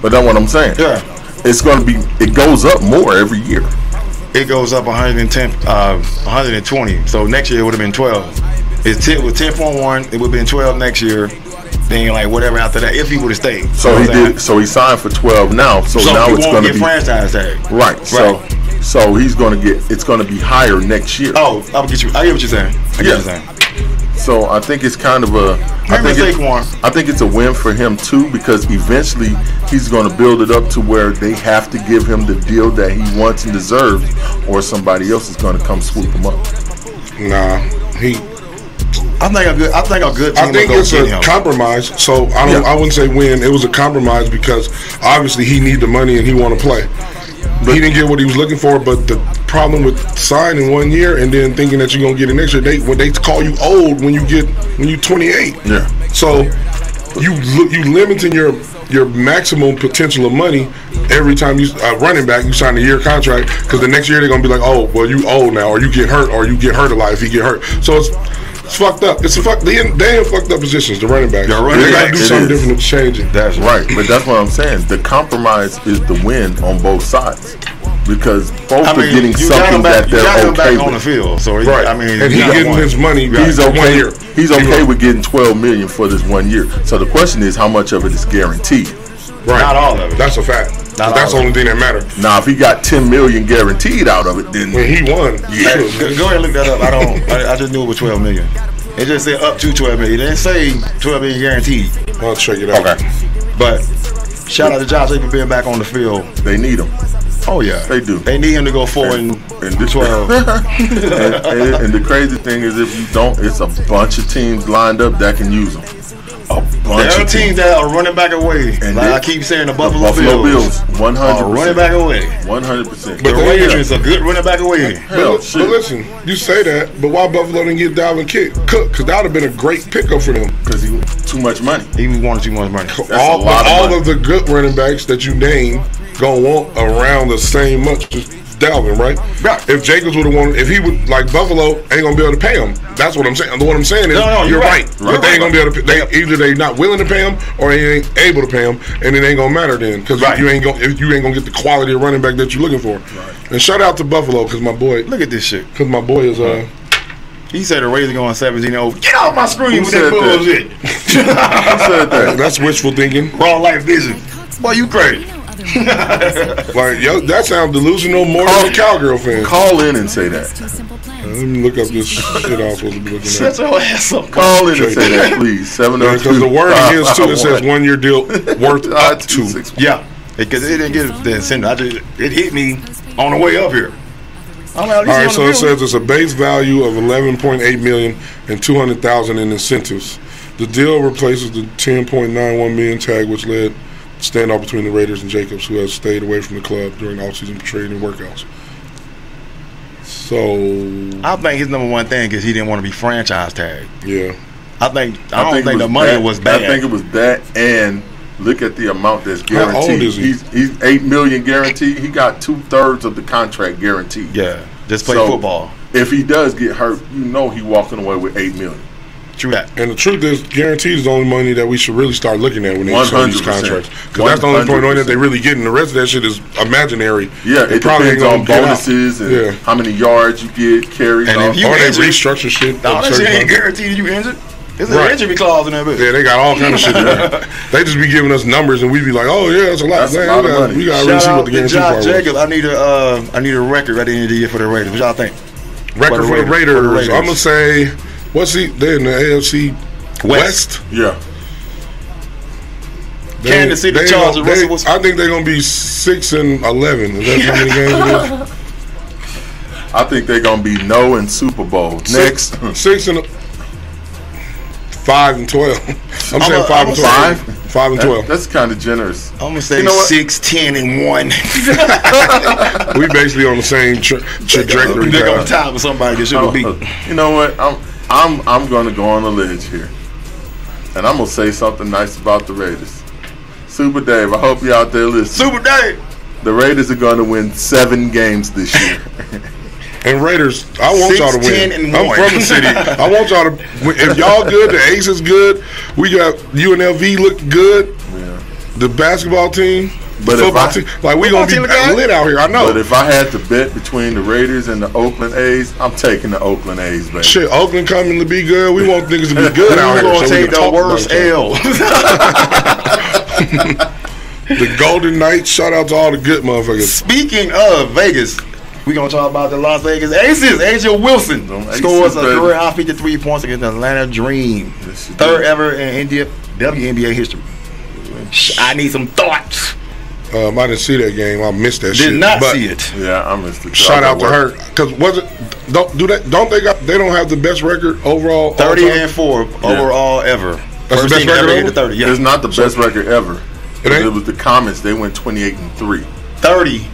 [SPEAKER 4] But that's what I'm saying.
[SPEAKER 2] Yeah.
[SPEAKER 4] It's gonna be. It goes up more every year.
[SPEAKER 2] It goes up 110, uh, 120. So next year it would have been 12. It's 10 with 10.1. It would have been 12 next year. Then like whatever after that, if he would have stayed.
[SPEAKER 4] So he
[SPEAKER 2] You know what I'm
[SPEAKER 4] did. So he signed for 12 now. So,
[SPEAKER 2] saying? So
[SPEAKER 4] now
[SPEAKER 2] he
[SPEAKER 4] it's
[SPEAKER 2] won't
[SPEAKER 4] gonna
[SPEAKER 2] get
[SPEAKER 4] be
[SPEAKER 2] franchise tag.
[SPEAKER 4] right. So So he's going to get. It's going to be higher next year.
[SPEAKER 2] Oh, I'll get you. I get what you're saying. I get what you're
[SPEAKER 4] Yeah.
[SPEAKER 2] saying.
[SPEAKER 4] So I think it's kind of a. I
[SPEAKER 2] Maybe it's
[SPEAKER 4] think, it-
[SPEAKER 2] Saquon.
[SPEAKER 4] I think it's a win for him too because eventually he's going to build it up to where they have to give him the deal that he wants and deserves, or somebody else is going to come swoop him up.
[SPEAKER 8] Nah, he.
[SPEAKER 2] I think a good. I think a good team
[SPEAKER 8] I think
[SPEAKER 2] will go
[SPEAKER 8] it's
[SPEAKER 2] get
[SPEAKER 8] a
[SPEAKER 2] him.
[SPEAKER 8] compromise. So I don't.
[SPEAKER 4] Yeah.
[SPEAKER 8] I wouldn't say win. It was a compromise because obviously he need the money and he want to play. But he didn't get what he was looking for. But the problem with signing one year and then thinking that you're gonna get it next year, they when they call you old when you get when you 28.
[SPEAKER 4] Yeah.
[SPEAKER 8] So you li- you limiting your your maximum potential of money every time you uh, running back you sign a year contract because the next year they're gonna be like oh well you old now or you get hurt or you get hurt a lot if you get hurt so it's it's fucked up it's a fuck they in, they in fucked up positions the running back
[SPEAKER 2] Yeah, running
[SPEAKER 8] they gotta
[SPEAKER 2] backs,
[SPEAKER 8] do
[SPEAKER 2] it
[SPEAKER 8] something
[SPEAKER 4] is.
[SPEAKER 8] different to change it
[SPEAKER 2] That's right.
[SPEAKER 4] Right, but that's what I'm saying. The compromise is the win on both sides because both
[SPEAKER 2] I mean,
[SPEAKER 4] are getting
[SPEAKER 2] you got him
[SPEAKER 4] something
[SPEAKER 2] back.
[SPEAKER 4] that
[SPEAKER 2] You got
[SPEAKER 4] they're
[SPEAKER 2] him
[SPEAKER 4] okay
[SPEAKER 2] back on the
[SPEAKER 4] with.
[SPEAKER 2] field. So he,
[SPEAKER 8] right
[SPEAKER 2] I mean,
[SPEAKER 8] and
[SPEAKER 2] you
[SPEAKER 8] he
[SPEAKER 2] got
[SPEAKER 8] getting
[SPEAKER 2] one.
[SPEAKER 8] his money
[SPEAKER 4] He's
[SPEAKER 8] for one
[SPEAKER 4] okay.
[SPEAKER 8] year.
[SPEAKER 4] He's okay with getting 12 million for this one year. So the question is, how much of it is guaranteed?
[SPEAKER 8] right
[SPEAKER 2] Not all of it.
[SPEAKER 8] that's a fact
[SPEAKER 2] Not
[SPEAKER 8] that's the
[SPEAKER 2] all of
[SPEAKER 8] only thing that matters
[SPEAKER 4] Now, if he got 10 million guaranteed out of it, then
[SPEAKER 8] when he won
[SPEAKER 2] Hey,
[SPEAKER 8] shoot.
[SPEAKER 2] go go ahead and look that up. I don't. I, I just knew it was twelve million. It just said up to twelve million. It didn't say twelve million guaranteed.
[SPEAKER 8] I'll check it out
[SPEAKER 2] But shout out to Josh Jacobs being back on the field.
[SPEAKER 4] they need him.
[SPEAKER 2] Oh yeah,
[SPEAKER 4] They do.
[SPEAKER 2] They need him to go four and,
[SPEAKER 4] And this-
[SPEAKER 2] twelve.
[SPEAKER 4] and, and- and the crazy thing is, if you don't, it's a bunch of teams lined up that can use him. A bunch
[SPEAKER 2] there are
[SPEAKER 4] of
[SPEAKER 2] teams
[SPEAKER 4] teams.
[SPEAKER 2] that are running back away.
[SPEAKER 4] And
[SPEAKER 2] like
[SPEAKER 4] they-
[SPEAKER 2] I keep saying, the
[SPEAKER 4] the
[SPEAKER 2] Buffalo,
[SPEAKER 4] Buffalo
[SPEAKER 2] Bills,
[SPEAKER 4] Bills, 100%.
[SPEAKER 2] are running back away.
[SPEAKER 4] 100%.
[SPEAKER 2] The
[SPEAKER 8] they-
[SPEAKER 2] Raiders are good running back away.
[SPEAKER 8] But,
[SPEAKER 4] Hell,
[SPEAKER 8] li-
[SPEAKER 4] shit.
[SPEAKER 8] but listen, you say that, but why Buffalo didn't get Dalvin Kick Cook? Because that would have been a great pickup for them.
[SPEAKER 4] because he too much money.
[SPEAKER 2] He was wanting too much money.
[SPEAKER 4] That's
[SPEAKER 8] all
[SPEAKER 4] a lot of
[SPEAKER 8] all
[SPEAKER 4] money.
[SPEAKER 8] of the good running backs that you name gonna want around the same much as Dalvin, right?
[SPEAKER 2] Right.
[SPEAKER 8] If Jacobs would have wanted, if he would like Buffalo, ain't gonna be able to pay him. That's what I'm saying. The what I'm saying is,
[SPEAKER 2] No, no, you're
[SPEAKER 8] you're
[SPEAKER 2] right.
[SPEAKER 8] right.
[SPEAKER 2] You're
[SPEAKER 8] But they ain't
[SPEAKER 2] right.
[SPEAKER 8] gonna be able to. Pay, they either they not willing to pay him or they ain't able to pay him, and it ain't gonna matter then because
[SPEAKER 2] Right.
[SPEAKER 8] you ain't gonna if you ain't gonna get the quality of running back that you're looking for. And shout out to Buffalo because my boy,
[SPEAKER 2] Look at this shit.
[SPEAKER 8] because my boy is uh.
[SPEAKER 2] He said the Raiders going 17-0. Get off my screen
[SPEAKER 4] Who
[SPEAKER 2] with that
[SPEAKER 4] said that?
[SPEAKER 2] bullshit.
[SPEAKER 4] Who said that?
[SPEAKER 8] That's wishful thinking.
[SPEAKER 2] Raw life vision. Boy, you crazy.
[SPEAKER 8] Like, yo, that sounds delusional more than a cowgirl fan.
[SPEAKER 4] Call in and say that.
[SPEAKER 8] Let me look up this shit I was supposed to be looking
[SPEAKER 2] Shut
[SPEAKER 8] at.
[SPEAKER 2] your ass up.
[SPEAKER 4] Call in and say that, please. Seven zero two.
[SPEAKER 8] Because the word against too, it says one year deal worth up to.
[SPEAKER 2] Yeah, because it didn't get the incentive. I just, it hit me on the way up here. I'm like,
[SPEAKER 8] All right, so it says it's a base value of 11.8 million and 200,000 in incentives. The deal replaces the 10.91 million tag, which led standoff between the Raiders and Jacobs, who has stayed away from the club during offseason training and workouts. So,
[SPEAKER 2] I think his number one thing is he didn't want to be franchise tagged.
[SPEAKER 8] yeah,
[SPEAKER 2] I think I, don't think, the money was bad.
[SPEAKER 4] I think it was that, and look at the amount that's
[SPEAKER 8] How old
[SPEAKER 4] guaranteed.
[SPEAKER 8] is he?
[SPEAKER 4] He's, he's eight million guaranteed. He got two thirds of the contract guaranteed.
[SPEAKER 2] yeah, just play
[SPEAKER 4] So,
[SPEAKER 2] football.
[SPEAKER 4] If he does get hurt, you know he walking away with eight million.
[SPEAKER 2] True that.
[SPEAKER 8] And the truth is, guaranteed is the only money that we should really start looking at when they sign these
[SPEAKER 4] 100%.
[SPEAKER 8] contracts. Because that's the only point on it they really getting. The rest of that shit is imaginary.
[SPEAKER 4] Yeah,
[SPEAKER 8] They
[SPEAKER 4] it depends
[SPEAKER 8] ain't gonna
[SPEAKER 4] on
[SPEAKER 8] get out.
[SPEAKER 4] bonuses and
[SPEAKER 8] Yeah.
[SPEAKER 4] how many yards you get, carries.
[SPEAKER 2] And
[SPEAKER 4] all-
[SPEAKER 2] if you-
[SPEAKER 8] Or they
[SPEAKER 2] injured-
[SPEAKER 8] restructure shit.
[SPEAKER 2] All
[SPEAKER 8] on
[SPEAKER 2] that shit
[SPEAKER 8] certain
[SPEAKER 2] ain't
[SPEAKER 8] contracts.
[SPEAKER 2] guaranteed you injured. It's an
[SPEAKER 8] Right.
[SPEAKER 2] injury clause in that bitch.
[SPEAKER 8] Yeah, they got all kind of shit. in there. They just be giving us numbers, and we be like, "Oh yeah, that's a lot."
[SPEAKER 4] That's a
[SPEAKER 8] Man,
[SPEAKER 4] lot of
[SPEAKER 8] we gotta,
[SPEAKER 4] money.
[SPEAKER 8] we gotta really
[SPEAKER 2] Shout
[SPEAKER 8] see
[SPEAKER 2] out
[SPEAKER 8] what the
[SPEAKER 2] to
[SPEAKER 8] guarantee
[SPEAKER 2] Josh
[SPEAKER 8] part was.
[SPEAKER 2] Jacobs. I need a uh, I need a record at the end of the year for the Raiders. What y'all think?
[SPEAKER 8] Record for the Raiders.
[SPEAKER 2] For the Raiders.
[SPEAKER 8] I'm gonna say, what's he? They in the AFC West.
[SPEAKER 4] yeah,
[SPEAKER 8] They-
[SPEAKER 2] Kansas City
[SPEAKER 8] they
[SPEAKER 2] Chargers,
[SPEAKER 8] gonna- they-
[SPEAKER 2] Russell Wilson.
[SPEAKER 8] I think they're gonna be six and eleven. Is that how many games? It is?
[SPEAKER 4] I think they're gonna be no in Super Bowl
[SPEAKER 8] Six,
[SPEAKER 4] next.
[SPEAKER 8] six and five and twelve. I'm,
[SPEAKER 2] I'm a-
[SPEAKER 8] saying 5
[SPEAKER 2] I'm a
[SPEAKER 8] and twelve.
[SPEAKER 4] five.
[SPEAKER 8] Five and twelve.
[SPEAKER 4] That's kind of generous.
[SPEAKER 2] I'm gonna say
[SPEAKER 4] You know what?
[SPEAKER 2] six, ten, and one.
[SPEAKER 8] we basically on the same tra- trajectory.
[SPEAKER 2] They're on
[SPEAKER 8] guys.
[SPEAKER 2] top of somebody that shouldn't be.
[SPEAKER 8] Oh.
[SPEAKER 4] Uh, You know what? I'm I'm I'm gonna go on the ledge here, and I'm gonna say something nice about the Raiders. Super Dave, I hope you out there listening.
[SPEAKER 2] Super day.
[SPEAKER 4] The Raiders are gonna win seven games this year.
[SPEAKER 8] And Raiders, I want
[SPEAKER 2] Six,
[SPEAKER 8] y'all to win.
[SPEAKER 2] 10 and
[SPEAKER 8] I'm
[SPEAKER 2] one.
[SPEAKER 8] from the city. I want y'all to. win. If y'all good, the Ace is good. We got UNLV look good.
[SPEAKER 4] Yeah.
[SPEAKER 8] The basketball team,
[SPEAKER 4] But if
[SPEAKER 8] football
[SPEAKER 4] I-
[SPEAKER 8] team, like we
[SPEAKER 2] Football
[SPEAKER 8] gonna be
[SPEAKER 2] team look good?
[SPEAKER 8] lit out here. I know.
[SPEAKER 4] But if I had to bet between the Raiders and the Oakland A's, I'm taking the Oakland A's, baby.
[SPEAKER 8] Shit, Oakland coming to be good. We want niggas to be
[SPEAKER 2] Who's
[SPEAKER 8] good out here.
[SPEAKER 2] gonna
[SPEAKER 8] so we
[SPEAKER 2] take
[SPEAKER 8] can
[SPEAKER 2] the
[SPEAKER 8] talk about
[SPEAKER 2] worst
[SPEAKER 8] y'all.
[SPEAKER 2] L?
[SPEAKER 8] The Golden Knights. Shout out to all the good motherfuckers.
[SPEAKER 2] Speaking of Vegas, We're going to talk about the Las Vegas Aces. Angel Wilson
[SPEAKER 4] Them Aces,
[SPEAKER 2] scores a
[SPEAKER 4] baby.
[SPEAKER 2] career high 53 points against the Atlanta Dream.
[SPEAKER 4] Yes, she
[SPEAKER 2] Third
[SPEAKER 4] did.
[SPEAKER 2] ever in India WNBA history. Sh- I need some thoughts.
[SPEAKER 8] Um, I didn't see that game. I missed that shit.
[SPEAKER 2] Did not
[SPEAKER 8] But
[SPEAKER 2] see it.
[SPEAKER 4] Yeah, I missed it.
[SPEAKER 8] Shout
[SPEAKER 4] I
[SPEAKER 8] out to
[SPEAKER 4] work.
[SPEAKER 8] her because was it don't do that? Don't they got they don't have the best record overall? all
[SPEAKER 2] 30
[SPEAKER 8] time?
[SPEAKER 2] and 4 overall ever.
[SPEAKER 8] That's the best
[SPEAKER 2] team to ever
[SPEAKER 8] record
[SPEAKER 2] hit
[SPEAKER 8] ever?
[SPEAKER 2] the 30. Yeah.
[SPEAKER 4] It's not the best record ever.
[SPEAKER 8] It
[SPEAKER 4] It,
[SPEAKER 8] ain't?
[SPEAKER 4] was the comments. They went 28 and 3.
[SPEAKER 2] 30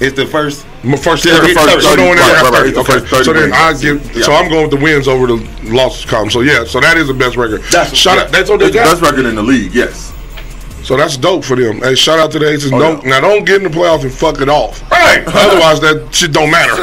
[SPEAKER 2] is the first.
[SPEAKER 8] My first
[SPEAKER 2] Yeah,
[SPEAKER 8] thirty.
[SPEAKER 2] hit thirty.
[SPEAKER 8] So no one ever
[SPEAKER 4] Right,
[SPEAKER 8] got
[SPEAKER 4] right, right.
[SPEAKER 8] 30.
[SPEAKER 4] The first
[SPEAKER 8] Okay.
[SPEAKER 4] 30
[SPEAKER 8] So then
[SPEAKER 4] wins.
[SPEAKER 8] I give. So
[SPEAKER 4] Yeah.
[SPEAKER 8] I'm going with the wins over the losses column. So yeah. So that is the best record.
[SPEAKER 2] That's-
[SPEAKER 8] shout
[SPEAKER 2] yeah.
[SPEAKER 8] out. That's what they
[SPEAKER 4] It's the
[SPEAKER 8] got.
[SPEAKER 4] best record in the league, yes.
[SPEAKER 8] So that's dope for them. Hey, shout out to the Aces.
[SPEAKER 4] Oh,
[SPEAKER 8] don't
[SPEAKER 4] yeah.
[SPEAKER 8] now don't get in the playoffs and fuck it off.
[SPEAKER 2] Right.
[SPEAKER 8] Otherwise, that shit don't matter.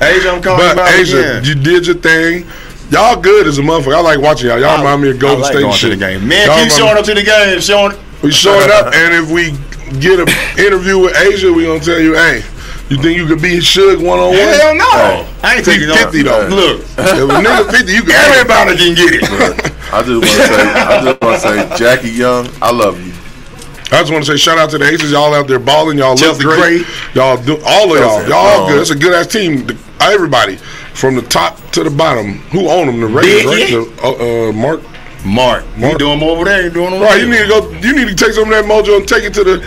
[SPEAKER 2] Asia, I'm calling
[SPEAKER 8] But
[SPEAKER 2] you out
[SPEAKER 8] Asia,
[SPEAKER 2] again.
[SPEAKER 8] you did your thing. Y'all good as a motherfucker. I like watching y'all. Y'all
[SPEAKER 2] I-
[SPEAKER 8] remind me of Golden
[SPEAKER 2] I like
[SPEAKER 8] State
[SPEAKER 2] going
[SPEAKER 8] shit.
[SPEAKER 2] To the game. Man,
[SPEAKER 8] Y'all
[SPEAKER 2] keep
[SPEAKER 8] remind-
[SPEAKER 2] showing up to the game, showing.
[SPEAKER 8] We showing up, and if we get an interview with Asia, we gonna tell you, hey, you think you could beat Suge one on one?
[SPEAKER 2] Hell no. Oh, I ain't
[SPEAKER 8] He
[SPEAKER 2] taking no-
[SPEAKER 8] 50 though.
[SPEAKER 2] Look.
[SPEAKER 8] if a nigga 50, you can
[SPEAKER 2] Everybody can get it.
[SPEAKER 4] I just want to say, I just want to say, Jackie Young, I love you.
[SPEAKER 8] I just want to say shout out to the Aces. Y'all out there balling. Y'all
[SPEAKER 2] Chelsea
[SPEAKER 8] look great.
[SPEAKER 2] Gray. Oh.
[SPEAKER 8] Y'all do all of y'all.
[SPEAKER 4] Chelsea,
[SPEAKER 8] Y'all
[SPEAKER 4] um,
[SPEAKER 8] good. It's a good ass team. The- Everybody from the top to the bottom. Who own them? The
[SPEAKER 2] Big
[SPEAKER 8] Raiders,
[SPEAKER 2] E.
[SPEAKER 8] right?
[SPEAKER 2] hit.
[SPEAKER 8] The, uh, uh, Mark.
[SPEAKER 2] Mark, you
[SPEAKER 8] Mark.
[SPEAKER 2] doing more over there? You doing over
[SPEAKER 8] Right.
[SPEAKER 2] there?
[SPEAKER 8] You need to go. You need to take some of that mojo and take it to the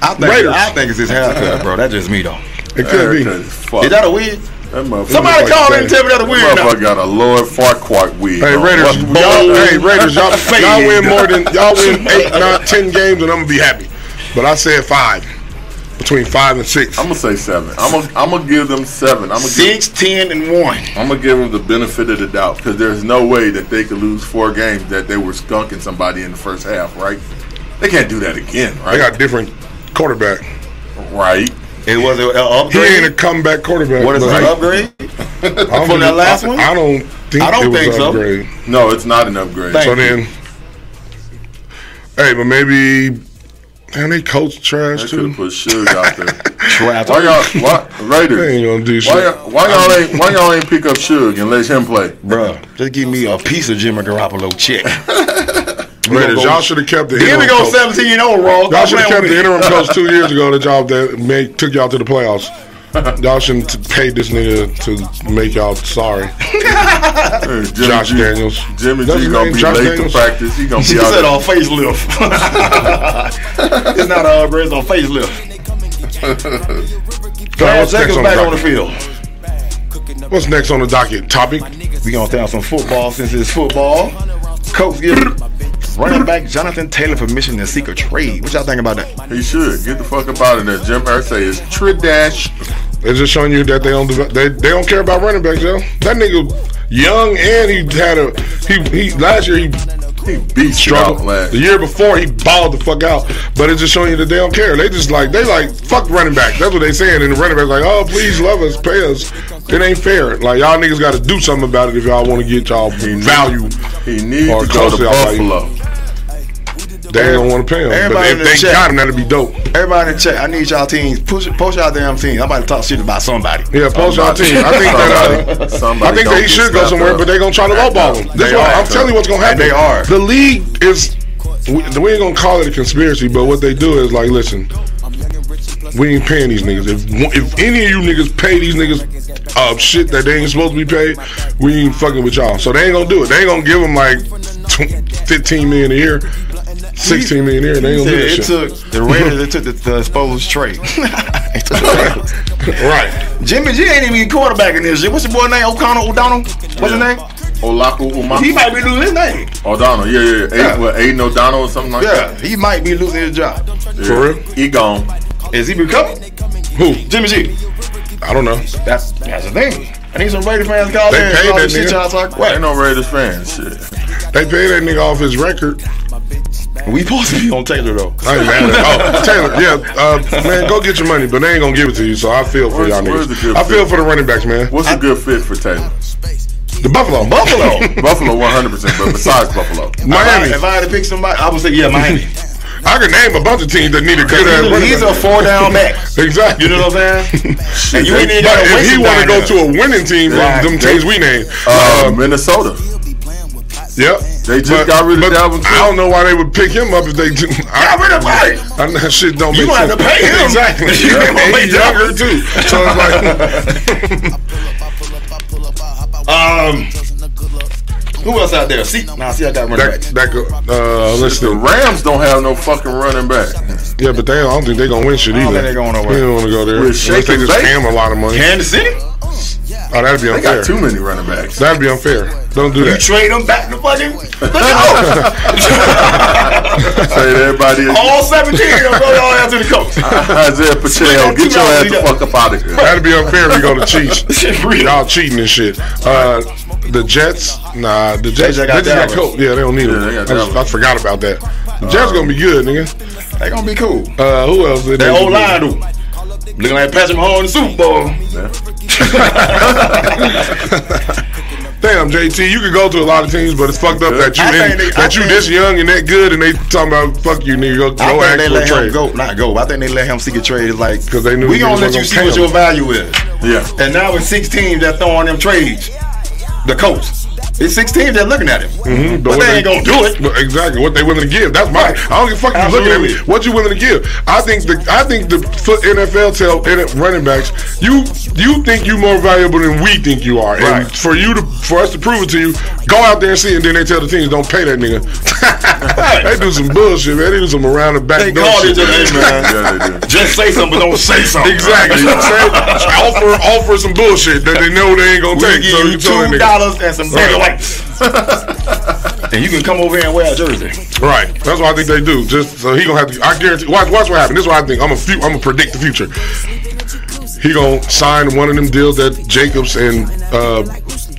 [SPEAKER 2] I think,
[SPEAKER 8] Raiders.
[SPEAKER 2] I think it's his haircut, bro. That's just me though.
[SPEAKER 8] it could be.
[SPEAKER 4] Erica is fuck.
[SPEAKER 2] Is that a wig?
[SPEAKER 4] That motherfucker-
[SPEAKER 2] Somebody
[SPEAKER 8] like
[SPEAKER 2] call
[SPEAKER 8] that.
[SPEAKER 2] in and tell me that a wig.
[SPEAKER 4] That
[SPEAKER 2] now.
[SPEAKER 4] motherfucker got a Lord Farquhar wig.
[SPEAKER 8] Hey
[SPEAKER 4] on.
[SPEAKER 8] Raiders,
[SPEAKER 4] Fuck
[SPEAKER 8] y'all,
[SPEAKER 4] Oh, bold.
[SPEAKER 8] hey Raiders, y'all,
[SPEAKER 2] Fade.
[SPEAKER 8] y'all win more than y'all win eight, nine, ten games, and I'm gonna be happy. But I said five, between five and six.
[SPEAKER 4] I'm gonna say seven. I'm gonna, I'm gonna give them seven. I'm gonna give,
[SPEAKER 2] Six, ten, and one.
[SPEAKER 4] I'm gonna give them the benefit of the doubt because there's no way that they could lose four games that they were skunking somebody in the first half, right? They can't do that again,
[SPEAKER 8] I
[SPEAKER 4] right?
[SPEAKER 8] got different quarterback.
[SPEAKER 4] right.
[SPEAKER 2] It was an
[SPEAKER 8] He ain't a
[SPEAKER 2] upgrade.
[SPEAKER 8] comeback quarterback.
[SPEAKER 2] What is
[SPEAKER 8] but
[SPEAKER 2] an
[SPEAKER 8] I-
[SPEAKER 2] upgrade?
[SPEAKER 8] I don't
[SPEAKER 2] From that
[SPEAKER 8] think-
[SPEAKER 2] last
[SPEAKER 8] I-
[SPEAKER 2] one?
[SPEAKER 8] I don't think
[SPEAKER 2] I don't
[SPEAKER 8] it was
[SPEAKER 2] think so.
[SPEAKER 8] upgrade.
[SPEAKER 4] No, it's not an upgrade.
[SPEAKER 2] Thank
[SPEAKER 8] So
[SPEAKER 2] you.
[SPEAKER 8] then, hey, but maybe, man, they coach trash
[SPEAKER 4] They should
[SPEAKER 8] too.
[SPEAKER 4] have put Suge out there.
[SPEAKER 2] Trapped.
[SPEAKER 4] Why y'all? Why Raiders?
[SPEAKER 8] They ain't gonna do shit.
[SPEAKER 4] Why, y'all- why y'all ain't? Why y'all ain't pick up Suge and let him play?
[SPEAKER 2] Bruh, just give me a piece of Jimmy Garoppolo check.
[SPEAKER 8] Raiders, y'all should have kept the
[SPEAKER 2] Here we
[SPEAKER 8] interim
[SPEAKER 2] go,
[SPEAKER 8] coach.
[SPEAKER 2] 17 and oh, overall.
[SPEAKER 8] Y'all should have kept the
[SPEAKER 2] Playing
[SPEAKER 8] interim coach two years ago. The job that made, took y'all to the playoffs. Y'all shouldn't t- pay this nigga to make y'all sorry.
[SPEAKER 4] Hey, Jimmy
[SPEAKER 8] Josh
[SPEAKER 4] G,
[SPEAKER 8] Daniels.
[SPEAKER 4] Jimmy
[SPEAKER 8] That's
[SPEAKER 4] G
[SPEAKER 8] his
[SPEAKER 4] gonna
[SPEAKER 8] name,
[SPEAKER 4] be
[SPEAKER 8] Josh
[SPEAKER 4] late
[SPEAKER 8] Daniels?
[SPEAKER 4] to practice. He gonna
[SPEAKER 2] She
[SPEAKER 4] be out
[SPEAKER 2] said
[SPEAKER 4] there.
[SPEAKER 2] on facelift. it's not an upgrade, it's on facelift. Carl
[SPEAKER 8] what's next
[SPEAKER 2] Jacobs
[SPEAKER 8] on the
[SPEAKER 2] back on the
[SPEAKER 8] docket?
[SPEAKER 2] field.
[SPEAKER 8] What's next on the docket? Topic?
[SPEAKER 2] We gonna throw out some football since it's football. Coach give running back Jonathan Taylor permission to seek a trade. What y'all think about that?
[SPEAKER 4] He should get the fuck up out of there. Jim Irsay is Tridash.
[SPEAKER 8] They're just showing you that they don't deve- they, they don't care about running backs, yo. That nigga young and he had a he he last year he
[SPEAKER 4] He beat
[SPEAKER 8] struggled.
[SPEAKER 4] struggle last.
[SPEAKER 8] The year before he balled the fuck out. But it's just showing you that they don't care. They just like they like fuck running back. That's what they saying. And the running back's like, oh please love us, pay us. It ain't fair. Like y'all niggas gotta do something about it if y'all wanna get y'all value.
[SPEAKER 4] He needs
[SPEAKER 8] Or
[SPEAKER 4] to go to
[SPEAKER 8] closely outside.
[SPEAKER 4] Buffalo.
[SPEAKER 8] They don't wanna pay him. But
[SPEAKER 2] Everybody in
[SPEAKER 8] if
[SPEAKER 2] the
[SPEAKER 8] they
[SPEAKER 2] chat.
[SPEAKER 8] got him, that'd be dope.
[SPEAKER 2] Everybody in the chat, I need y'all teams. Push, post y'all damn teams. I'm about to talk shit about somebody.
[SPEAKER 8] Yeah, post y'all team. I think that uh,
[SPEAKER 4] Somebody- somebody
[SPEAKER 8] I think that
[SPEAKER 4] don't
[SPEAKER 8] he
[SPEAKER 4] get
[SPEAKER 8] should go
[SPEAKER 4] snapped
[SPEAKER 8] somewhere,
[SPEAKER 4] up.
[SPEAKER 8] but they're gonna try to lowball him. This
[SPEAKER 2] They
[SPEAKER 8] why
[SPEAKER 2] are.
[SPEAKER 8] I'm telling you what's gonna happen.
[SPEAKER 2] And they are.
[SPEAKER 8] The league is. We, we ain't gonna call it a conspiracy, but what they do is like, listen, we ain't paying these niggas. If one- if any of you niggas pay these niggas uh, shit that they ain't supposed to be paid, we ain't fucking with y'all. So they ain't gonna do it. They ain't gonna give them like tw- 15 million a year, 16 million a year. They ain't gonna do that
[SPEAKER 2] It
[SPEAKER 8] shit.
[SPEAKER 2] took the Raiders. It took the, the exposed trade. It took the Raiders.
[SPEAKER 8] right.
[SPEAKER 2] Jimmy G ain't even quarterbacking this shit. What's your boy name? O'Connell O'Donnell? What's his name?
[SPEAKER 4] Olaku
[SPEAKER 2] He
[SPEAKER 4] Umar.
[SPEAKER 2] might be losing his name.
[SPEAKER 4] O'Donnell. Yeah, yeah. yeah.
[SPEAKER 2] Yeah.
[SPEAKER 4] Aiden, what, Aiden O'Donnell or something like
[SPEAKER 2] Yeah, he might be losing his job.
[SPEAKER 4] that.
[SPEAKER 8] For real?
[SPEAKER 4] He gone.
[SPEAKER 2] Is he becoming?
[SPEAKER 8] Who?
[SPEAKER 2] Jimmy G.
[SPEAKER 8] I don't know.
[SPEAKER 2] That's that's the thing. I need some Raiders fans call
[SPEAKER 8] They
[SPEAKER 2] in. and
[SPEAKER 8] paid
[SPEAKER 2] call
[SPEAKER 8] that
[SPEAKER 2] this shit
[SPEAKER 8] nigga.
[SPEAKER 2] y'all talk.
[SPEAKER 4] Ain't
[SPEAKER 2] Wait,
[SPEAKER 4] no Raiders fans. Shit.
[SPEAKER 8] They paid that nigga off his record.
[SPEAKER 2] we supposed to be on Taylor though.
[SPEAKER 8] I ain't mad at oh, Taylor, yeah, uh, man, go get your money, but they ain't gonna give it to you. So I feel for
[SPEAKER 4] Where's-
[SPEAKER 8] y'all
[SPEAKER 4] where's the
[SPEAKER 8] niggas.
[SPEAKER 4] good
[SPEAKER 8] I feel
[SPEAKER 4] fit?
[SPEAKER 8] for the running backs, man.
[SPEAKER 4] What's a good fit for Taylor?
[SPEAKER 8] The Buffalo, Buffalo,
[SPEAKER 4] Buffalo, 100. percent But besides Buffalo,
[SPEAKER 8] Miami.
[SPEAKER 2] If I had to pick somebody, I would say yeah, Miami.
[SPEAKER 8] I can name a bunch of teams that need a good ass running
[SPEAKER 2] He's a
[SPEAKER 8] back.
[SPEAKER 2] four down back.
[SPEAKER 8] Exactly.
[SPEAKER 2] You know what I'm saying? and you ain't even got
[SPEAKER 8] But
[SPEAKER 2] to
[SPEAKER 8] if
[SPEAKER 2] waste
[SPEAKER 8] he
[SPEAKER 2] want
[SPEAKER 8] want to go to a winning team, like
[SPEAKER 2] Right.
[SPEAKER 8] them teams we named,
[SPEAKER 4] uh, Minnesota.
[SPEAKER 8] Yep.
[SPEAKER 4] Uh, They just got rid of
[SPEAKER 8] um, but
[SPEAKER 4] Dalvin Cook.
[SPEAKER 8] I don't know why they would pick him up if they didn't. Got
[SPEAKER 2] rid of Mike.
[SPEAKER 8] That shit don't
[SPEAKER 2] You
[SPEAKER 8] make
[SPEAKER 2] gonna
[SPEAKER 8] sense.
[SPEAKER 2] have to pay him.
[SPEAKER 8] Exactly.
[SPEAKER 2] You gonna
[SPEAKER 8] And
[SPEAKER 2] pay
[SPEAKER 8] he's
[SPEAKER 2] Dalvin.
[SPEAKER 8] younger too. So it's like,
[SPEAKER 2] Um, who else out there? See, nah, see, I got running
[SPEAKER 8] that,
[SPEAKER 2] back.
[SPEAKER 8] that, go- uh,
[SPEAKER 4] The
[SPEAKER 8] listen.
[SPEAKER 4] Rams don't have no fucking running back.
[SPEAKER 8] Yeah, but they, I don't think they're going to win shit
[SPEAKER 2] I
[SPEAKER 8] either.
[SPEAKER 2] don't think they going nowhere.
[SPEAKER 8] They don't want to go there.
[SPEAKER 4] With
[SPEAKER 8] Unless
[SPEAKER 4] Shake
[SPEAKER 8] they
[SPEAKER 4] and
[SPEAKER 8] just
[SPEAKER 4] Bake?
[SPEAKER 8] scam a lot of money.
[SPEAKER 2] Kansas City?
[SPEAKER 8] Oh, that'd be
[SPEAKER 4] They
[SPEAKER 8] unfair.
[SPEAKER 4] got too many running backs.
[SPEAKER 8] That'd be unfair. Don't do
[SPEAKER 2] You
[SPEAKER 8] that.
[SPEAKER 2] trade them back to fucking. Look out.
[SPEAKER 4] Say to everybody,
[SPEAKER 2] all 17 of them go all out to the coach.
[SPEAKER 4] Isaiah Pacheco,
[SPEAKER 2] that
[SPEAKER 4] get
[SPEAKER 2] two
[SPEAKER 4] your
[SPEAKER 2] out,
[SPEAKER 4] ass
[SPEAKER 2] we
[SPEAKER 4] the
[SPEAKER 2] got-
[SPEAKER 4] fuck up out of here.
[SPEAKER 8] That'd be unfair if you go to Chiefs.
[SPEAKER 2] Really?
[SPEAKER 8] Y'all cheating and shit. Uh, the Jets, nah, the
[SPEAKER 2] just
[SPEAKER 8] Jets. They
[SPEAKER 2] got
[SPEAKER 8] just got
[SPEAKER 2] Dallas.
[SPEAKER 8] coached. Yeah, they don't need
[SPEAKER 4] Yeah,
[SPEAKER 8] them. I,
[SPEAKER 4] they got
[SPEAKER 8] just-
[SPEAKER 4] Dallas.
[SPEAKER 8] I forgot about that. The Jets gonna be good, nigga.
[SPEAKER 2] They gonna be cool.
[SPEAKER 8] Uh, who else?
[SPEAKER 2] Oh. That old line do. Looking like Patrick Mahomes in the Super Bowl.
[SPEAKER 8] Damn, JT, you could go to a lot of teams, but it's fucked up that you
[SPEAKER 2] I think they-
[SPEAKER 8] didn't,
[SPEAKER 2] I
[SPEAKER 8] that you
[SPEAKER 2] think-
[SPEAKER 8] this young and that good, and they talking about fuck you, nigga. Go,
[SPEAKER 2] I
[SPEAKER 8] go
[SPEAKER 2] think they let
[SPEAKER 8] ask for a
[SPEAKER 2] him
[SPEAKER 8] trade.
[SPEAKER 2] go. Not go. I think they let him seek a trade. It's like
[SPEAKER 8] 'Cause they knew
[SPEAKER 2] we
[SPEAKER 8] niggas
[SPEAKER 2] gonna
[SPEAKER 8] wasn't
[SPEAKER 2] let you
[SPEAKER 8] gonna
[SPEAKER 2] see
[SPEAKER 8] pay
[SPEAKER 2] what
[SPEAKER 8] him.
[SPEAKER 2] your value is.
[SPEAKER 4] Yeah.
[SPEAKER 2] And now it's six teams that throwing them trades. The coach. It's six teams that looking at him.
[SPEAKER 8] Mhm,
[SPEAKER 2] But
[SPEAKER 8] what
[SPEAKER 2] they ain't gonna do it.
[SPEAKER 8] But Exactly what they willing to give. That's my. I don't give a fuck. if You looking at me?
[SPEAKER 2] Absolutely.
[SPEAKER 8] What you willing to give? I think the I think the foot NFL tell N- running backs you you think you more valuable than we think you are,
[SPEAKER 2] Right.
[SPEAKER 8] and for you to for us to prove it to you, go out there and see, and then they tell the teams don't pay that nigga. they do some bullshit, man. They do some around the back.
[SPEAKER 2] They
[SPEAKER 8] door
[SPEAKER 2] called
[SPEAKER 8] shit.
[SPEAKER 2] each other, hey, man.
[SPEAKER 4] Yeah, they do.
[SPEAKER 2] Just say something, but don't say something.
[SPEAKER 8] Exactly. You know what I'm saying? offer offer some bullshit that they know they ain't gonna
[SPEAKER 2] We'll
[SPEAKER 8] take.
[SPEAKER 2] give
[SPEAKER 8] So
[SPEAKER 2] you
[SPEAKER 8] you tell that
[SPEAKER 2] two
[SPEAKER 8] nigga.
[SPEAKER 2] dollars and some right.
[SPEAKER 8] Right.
[SPEAKER 2] and you can come over here and wear a jersey.
[SPEAKER 8] Right. That's what I think they do. Just so he gonna have to. I guarantee. Watch, watch what happen. This is what I think. I'm a few. I'm gonna predict the future. He gonna sign one of them deals that Jacobs and uh,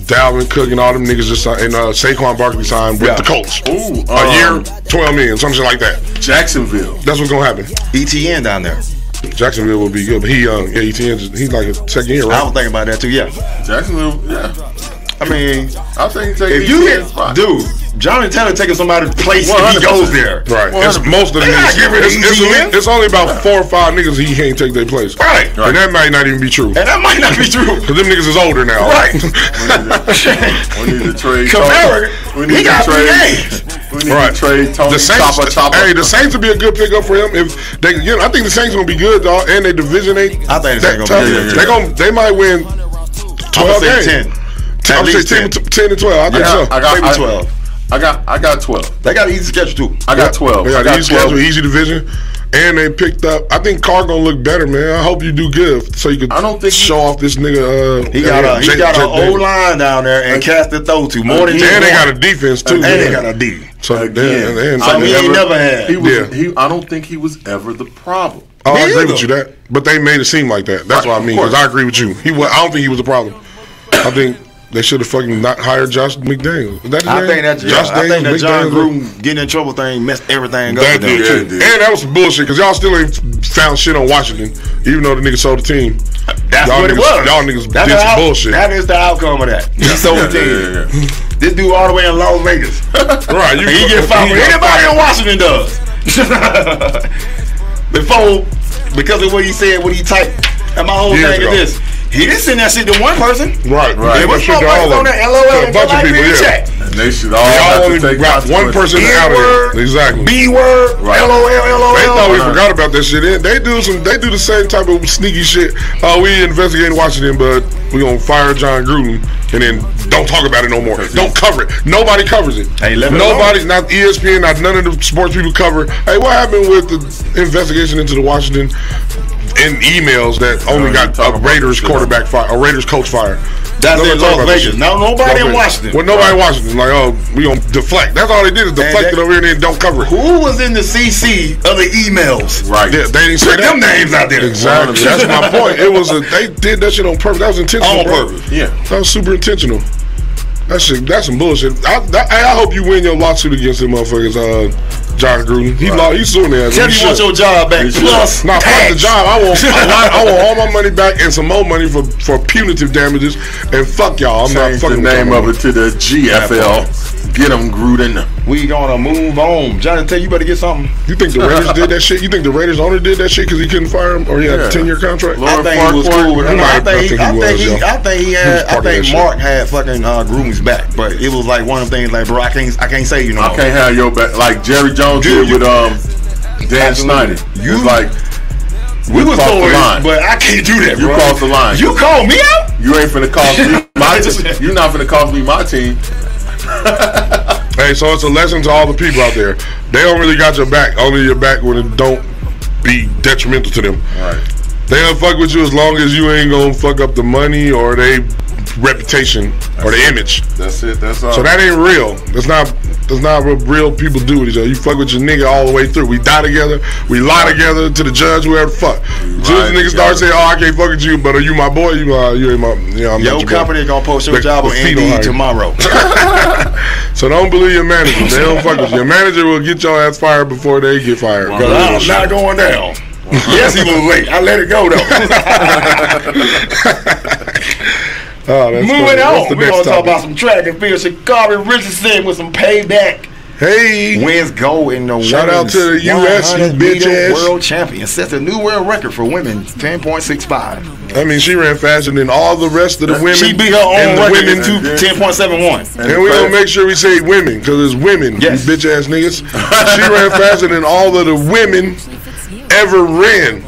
[SPEAKER 8] Dalvin Cook and all them niggas just signed, and uh, Saquon Barkley signed with
[SPEAKER 2] Yeah.
[SPEAKER 8] the Colts.
[SPEAKER 4] Ooh,
[SPEAKER 8] a
[SPEAKER 4] um,
[SPEAKER 8] year, twelve million, something like that.
[SPEAKER 4] Jacksonville.
[SPEAKER 8] That's what's gonna happen.
[SPEAKER 2] ETN E down there.
[SPEAKER 8] Jacksonville will be good, but he young. Yeah, ETN. just- He's like a second year,
[SPEAKER 2] I
[SPEAKER 8] right?
[SPEAKER 2] was thinking about that too. Yeah.
[SPEAKER 4] Jacksonville, yeah.
[SPEAKER 2] I mean,
[SPEAKER 4] I think they
[SPEAKER 2] if you get dude, Johnny Taylor taking somebody's place if he
[SPEAKER 4] 100%.
[SPEAKER 2] goes there.
[SPEAKER 8] Right. It's most of the
[SPEAKER 2] They not
[SPEAKER 8] niggas.
[SPEAKER 2] getting rid of
[SPEAKER 8] It's, it's
[SPEAKER 2] ETN.
[SPEAKER 8] only- it's only about four or five niggas he can't take their place.
[SPEAKER 2] Right.
[SPEAKER 8] And that might not even be true.
[SPEAKER 2] And that might not be true.
[SPEAKER 8] Cause them niggas is older now.
[SPEAKER 2] Right.
[SPEAKER 4] We need to trade.
[SPEAKER 2] Kamara,
[SPEAKER 4] we
[SPEAKER 2] he
[SPEAKER 4] need to
[SPEAKER 2] got
[SPEAKER 4] trade. We need
[SPEAKER 8] Right.
[SPEAKER 4] to trade Tony
[SPEAKER 8] The Saints,
[SPEAKER 4] Chopper Chopper.
[SPEAKER 8] hey, the Saints would be a good pickup for him if they. You know, I think the Saints gonna be good, dog, and they division they.
[SPEAKER 2] I think the Saints
[SPEAKER 8] that
[SPEAKER 2] gonna be
[SPEAKER 8] tough.
[SPEAKER 2] good, yeah, yeah.
[SPEAKER 8] They gonna, they might win twelve
[SPEAKER 2] say
[SPEAKER 8] games.
[SPEAKER 2] 10.
[SPEAKER 8] I'm
[SPEAKER 2] At
[SPEAKER 8] gonna say
[SPEAKER 2] least
[SPEAKER 8] 10, 10 and twelve. I think
[SPEAKER 4] I
[SPEAKER 8] so.
[SPEAKER 4] got, I got
[SPEAKER 2] Maybe
[SPEAKER 4] I-
[SPEAKER 2] 12.
[SPEAKER 4] I got, I got twelve.
[SPEAKER 2] They got an easy schedule too.
[SPEAKER 4] I got twelve.
[SPEAKER 8] They
[SPEAKER 4] I
[SPEAKER 8] got
[SPEAKER 4] got
[SPEAKER 8] easy schedule, easy division, and they picked up. I think Carr gonna look better, man. I hope you do good so you can.
[SPEAKER 4] I don't think he-
[SPEAKER 8] show off this nigga. Uh,
[SPEAKER 2] He got
[SPEAKER 8] uh,
[SPEAKER 2] a he
[SPEAKER 8] Jake-
[SPEAKER 2] got
[SPEAKER 8] Jake
[SPEAKER 2] an
[SPEAKER 8] Davis.
[SPEAKER 2] old line down there and cast the throw to more than
[SPEAKER 8] And
[SPEAKER 2] just
[SPEAKER 8] they got
[SPEAKER 2] one.
[SPEAKER 8] a defense too.
[SPEAKER 2] and they
[SPEAKER 8] yeah.
[SPEAKER 2] got a D.
[SPEAKER 8] So they-
[SPEAKER 4] Again.
[SPEAKER 8] and- and-
[SPEAKER 2] So
[SPEAKER 8] and-
[SPEAKER 2] we ain't never had.
[SPEAKER 4] He was,
[SPEAKER 8] Yeah.
[SPEAKER 4] he, I don't think he was ever the problem.
[SPEAKER 8] Oh, I
[SPEAKER 2] Me
[SPEAKER 8] agree
[SPEAKER 2] either.
[SPEAKER 8] with you that, but they made it seem like that. That's
[SPEAKER 4] Right,
[SPEAKER 8] what I mean.
[SPEAKER 4] of
[SPEAKER 8] Because
[SPEAKER 4] course.
[SPEAKER 8] I agree with you. He, wa- I don't think he was the problem. I think they should have fucking not hired Josh McDaniel. Is that his
[SPEAKER 2] I
[SPEAKER 8] name?
[SPEAKER 2] think that
[SPEAKER 8] Josh
[SPEAKER 2] I think that
[SPEAKER 8] Daniels,
[SPEAKER 2] John
[SPEAKER 8] McDaniels?
[SPEAKER 2] Gruden getting in trouble thing messed everything up. with
[SPEAKER 8] That
[SPEAKER 2] them.
[SPEAKER 8] dude,
[SPEAKER 4] Yeah,
[SPEAKER 8] too.
[SPEAKER 4] it did.
[SPEAKER 8] and that was some bullshit because y'all still ain't found shit on Washington, even though the nigga sold the team.
[SPEAKER 2] That's
[SPEAKER 8] y'all
[SPEAKER 2] what
[SPEAKER 8] niggas,
[SPEAKER 2] it was.
[SPEAKER 8] Y'all niggas
[SPEAKER 2] That's
[SPEAKER 8] did
[SPEAKER 2] the
[SPEAKER 8] some
[SPEAKER 2] out-
[SPEAKER 8] bullshit.
[SPEAKER 2] That is the outcome of that. He sold the team. This dude all the way in Las Vegas.
[SPEAKER 8] right?
[SPEAKER 2] And he get fired.
[SPEAKER 8] got
[SPEAKER 2] Anybody in Washington does. Before, because of what he said, what he typed, and my whole
[SPEAKER 8] Years
[SPEAKER 2] thing
[SPEAKER 8] ago.
[SPEAKER 2] is this: he didn't send that shit to one person.
[SPEAKER 8] Right, right.
[SPEAKER 2] There
[SPEAKER 8] That
[SPEAKER 2] was
[SPEAKER 8] shit to
[SPEAKER 2] motherfuckers
[SPEAKER 8] all of
[SPEAKER 2] on
[SPEAKER 8] them.
[SPEAKER 2] that LOL
[SPEAKER 8] To a bunch of people, yeah.
[SPEAKER 2] check.
[SPEAKER 4] And they should all,
[SPEAKER 8] Y'all
[SPEAKER 4] have
[SPEAKER 8] only
[SPEAKER 4] to take
[SPEAKER 8] got one person out of
[SPEAKER 2] N-word,
[SPEAKER 8] here. Exactly.
[SPEAKER 2] B word,
[SPEAKER 4] Right.
[SPEAKER 2] LOL, LOL.
[SPEAKER 8] They thought we
[SPEAKER 4] Right.
[SPEAKER 8] forgot about that shit. They- They do some. They do the same type of sneaky shit. Uh, we investigating Washington, but we gonna fire John Gruden and then don't talk about it no more. Don't cover it. Nobody covers it.
[SPEAKER 2] Hey, let it
[SPEAKER 8] Nobody, not E ESPN, not none of the sports people cover. Hey, what happened with the investigation into the Washington and emails that only
[SPEAKER 4] you
[SPEAKER 8] got
[SPEAKER 4] talk
[SPEAKER 8] a
[SPEAKER 4] about
[SPEAKER 8] Raiders
[SPEAKER 4] this shit.
[SPEAKER 8] quarterback fired, a Raiders coach fired?
[SPEAKER 2] That's
[SPEAKER 8] Nobody
[SPEAKER 2] in
[SPEAKER 8] talk
[SPEAKER 2] Las
[SPEAKER 8] about this
[SPEAKER 2] Vegas.
[SPEAKER 8] shit.
[SPEAKER 2] No, nobody in Washington.
[SPEAKER 8] Well, nobody in Washington. Like, oh, we gonna deflect. That's all they did is deflect
[SPEAKER 2] that-
[SPEAKER 8] it over here and then don't cover it.
[SPEAKER 2] Who was in the CC of the emails?
[SPEAKER 4] Right.
[SPEAKER 8] Yeah, they didn't say
[SPEAKER 2] Put
[SPEAKER 8] that.
[SPEAKER 2] them names out there.
[SPEAKER 8] Exactly. That's my point. It was a they did that shit on purpose. That was intentional.
[SPEAKER 2] On
[SPEAKER 8] bro.
[SPEAKER 2] purpose.
[SPEAKER 4] Yeah.
[SPEAKER 8] That was super intentional. That shit. That's some bullshit. I, that, I hope you win your lawsuit against them motherfuckers. Uh, John Gruden. He law. He's suing their ass.
[SPEAKER 2] Tell
[SPEAKER 8] He
[SPEAKER 2] me you want
[SPEAKER 8] should.
[SPEAKER 2] your job back. Plus,
[SPEAKER 8] Nah, fuck
[SPEAKER 2] tax.
[SPEAKER 8] the job. I want, I, want, I want all my money back and some more money for, for punitive damages. And fuck y'all. I'm
[SPEAKER 4] Change
[SPEAKER 8] not
[SPEAKER 4] the
[SPEAKER 8] fucking
[SPEAKER 4] name
[SPEAKER 8] talking
[SPEAKER 4] of
[SPEAKER 8] about
[SPEAKER 4] it to the GFL. Get them, Gruden.
[SPEAKER 2] We gonna move on. Jonathan, you better get something.
[SPEAKER 8] You think the Raiders did that shit? You think the Raiders owner did that shit because he couldn't fire him or he had
[SPEAKER 4] Yeah.
[SPEAKER 8] a ten year contract?
[SPEAKER 4] Lord
[SPEAKER 2] I think he was
[SPEAKER 4] Farquhar.
[SPEAKER 2] cool with him.
[SPEAKER 8] Nah,
[SPEAKER 2] I think he, I think he,
[SPEAKER 8] was, yo.
[SPEAKER 2] I think he
[SPEAKER 8] He was
[SPEAKER 2] had, I
[SPEAKER 8] part of
[SPEAKER 2] think
[SPEAKER 8] that
[SPEAKER 2] Mark had fucking uh, Grooms back, but it was like one of the things like, bro, I can't, I can't say you know.
[SPEAKER 4] I can't have your back like Jerry Jones did
[SPEAKER 2] Dude, you-
[SPEAKER 4] with um Dan
[SPEAKER 2] Absolutely.
[SPEAKER 4] Snyder.
[SPEAKER 2] You-
[SPEAKER 4] You was like
[SPEAKER 2] we was
[SPEAKER 4] crossed the
[SPEAKER 2] boys,
[SPEAKER 4] line.
[SPEAKER 2] but I can't do that,
[SPEAKER 4] You
[SPEAKER 2] bro.
[SPEAKER 4] crossed the line.
[SPEAKER 2] You called me out.
[SPEAKER 4] you ain't finna cost me my team. You're not finna cost me my team.
[SPEAKER 8] Hey, so it's a lesson to all the people out there. They don't really got your back. Only your back when it don't be detrimental to them.
[SPEAKER 4] Right.
[SPEAKER 8] They don't fuck with you as long as you ain't gonna fuck up the money or they reputation or the image.
[SPEAKER 4] That's it. That's all.
[SPEAKER 8] So that ain't real. That's not that's not what real people do with each other. You fuck with your nigga all the way through. We die together, we lie together to the judge, whoever the fuck. As soon as
[SPEAKER 4] Right,
[SPEAKER 8] the nigga start
[SPEAKER 4] together.
[SPEAKER 8] saying, "Oh, I can't fuck with you," but are you my boy? You uh, you ain't my you know, I'm not
[SPEAKER 2] Your
[SPEAKER 8] your
[SPEAKER 2] company
[SPEAKER 8] Boy.
[SPEAKER 2] gonna post your
[SPEAKER 8] But-
[SPEAKER 2] job on
[SPEAKER 8] but feet don't
[SPEAKER 2] Indeed
[SPEAKER 8] hurt.
[SPEAKER 2] tomorrow.
[SPEAKER 8] So don't believe your manager. They don't fuck with you. Your manager will get your ass fired before they get fired.
[SPEAKER 4] Wow.
[SPEAKER 2] I'm not going down. yes, he was late. I let it go though.
[SPEAKER 8] Oh, that's
[SPEAKER 2] Moving
[SPEAKER 8] funny. What's the
[SPEAKER 2] on, we're
[SPEAKER 8] next
[SPEAKER 2] gonna talk
[SPEAKER 8] topic?
[SPEAKER 2] about some track and field. Shakari Richardson with some payback.
[SPEAKER 8] Hey,
[SPEAKER 2] Wins gold in the
[SPEAKER 8] Shout out
[SPEAKER 2] women's
[SPEAKER 8] to the US, you
[SPEAKER 2] 100 meter
[SPEAKER 8] bitch ass.
[SPEAKER 2] World champion sets a new world record for women, ten point six five.
[SPEAKER 8] I mean, she ran faster than all the rest of the women.
[SPEAKER 2] She beat her own
[SPEAKER 8] and the
[SPEAKER 2] record
[SPEAKER 8] women
[SPEAKER 2] in
[SPEAKER 8] too.
[SPEAKER 2] two, 10.71.
[SPEAKER 8] And we gonna make sure we say women, cause it's women,
[SPEAKER 2] Yes.
[SPEAKER 8] you bitch ass niggas. she ran faster than all of the women ever ran.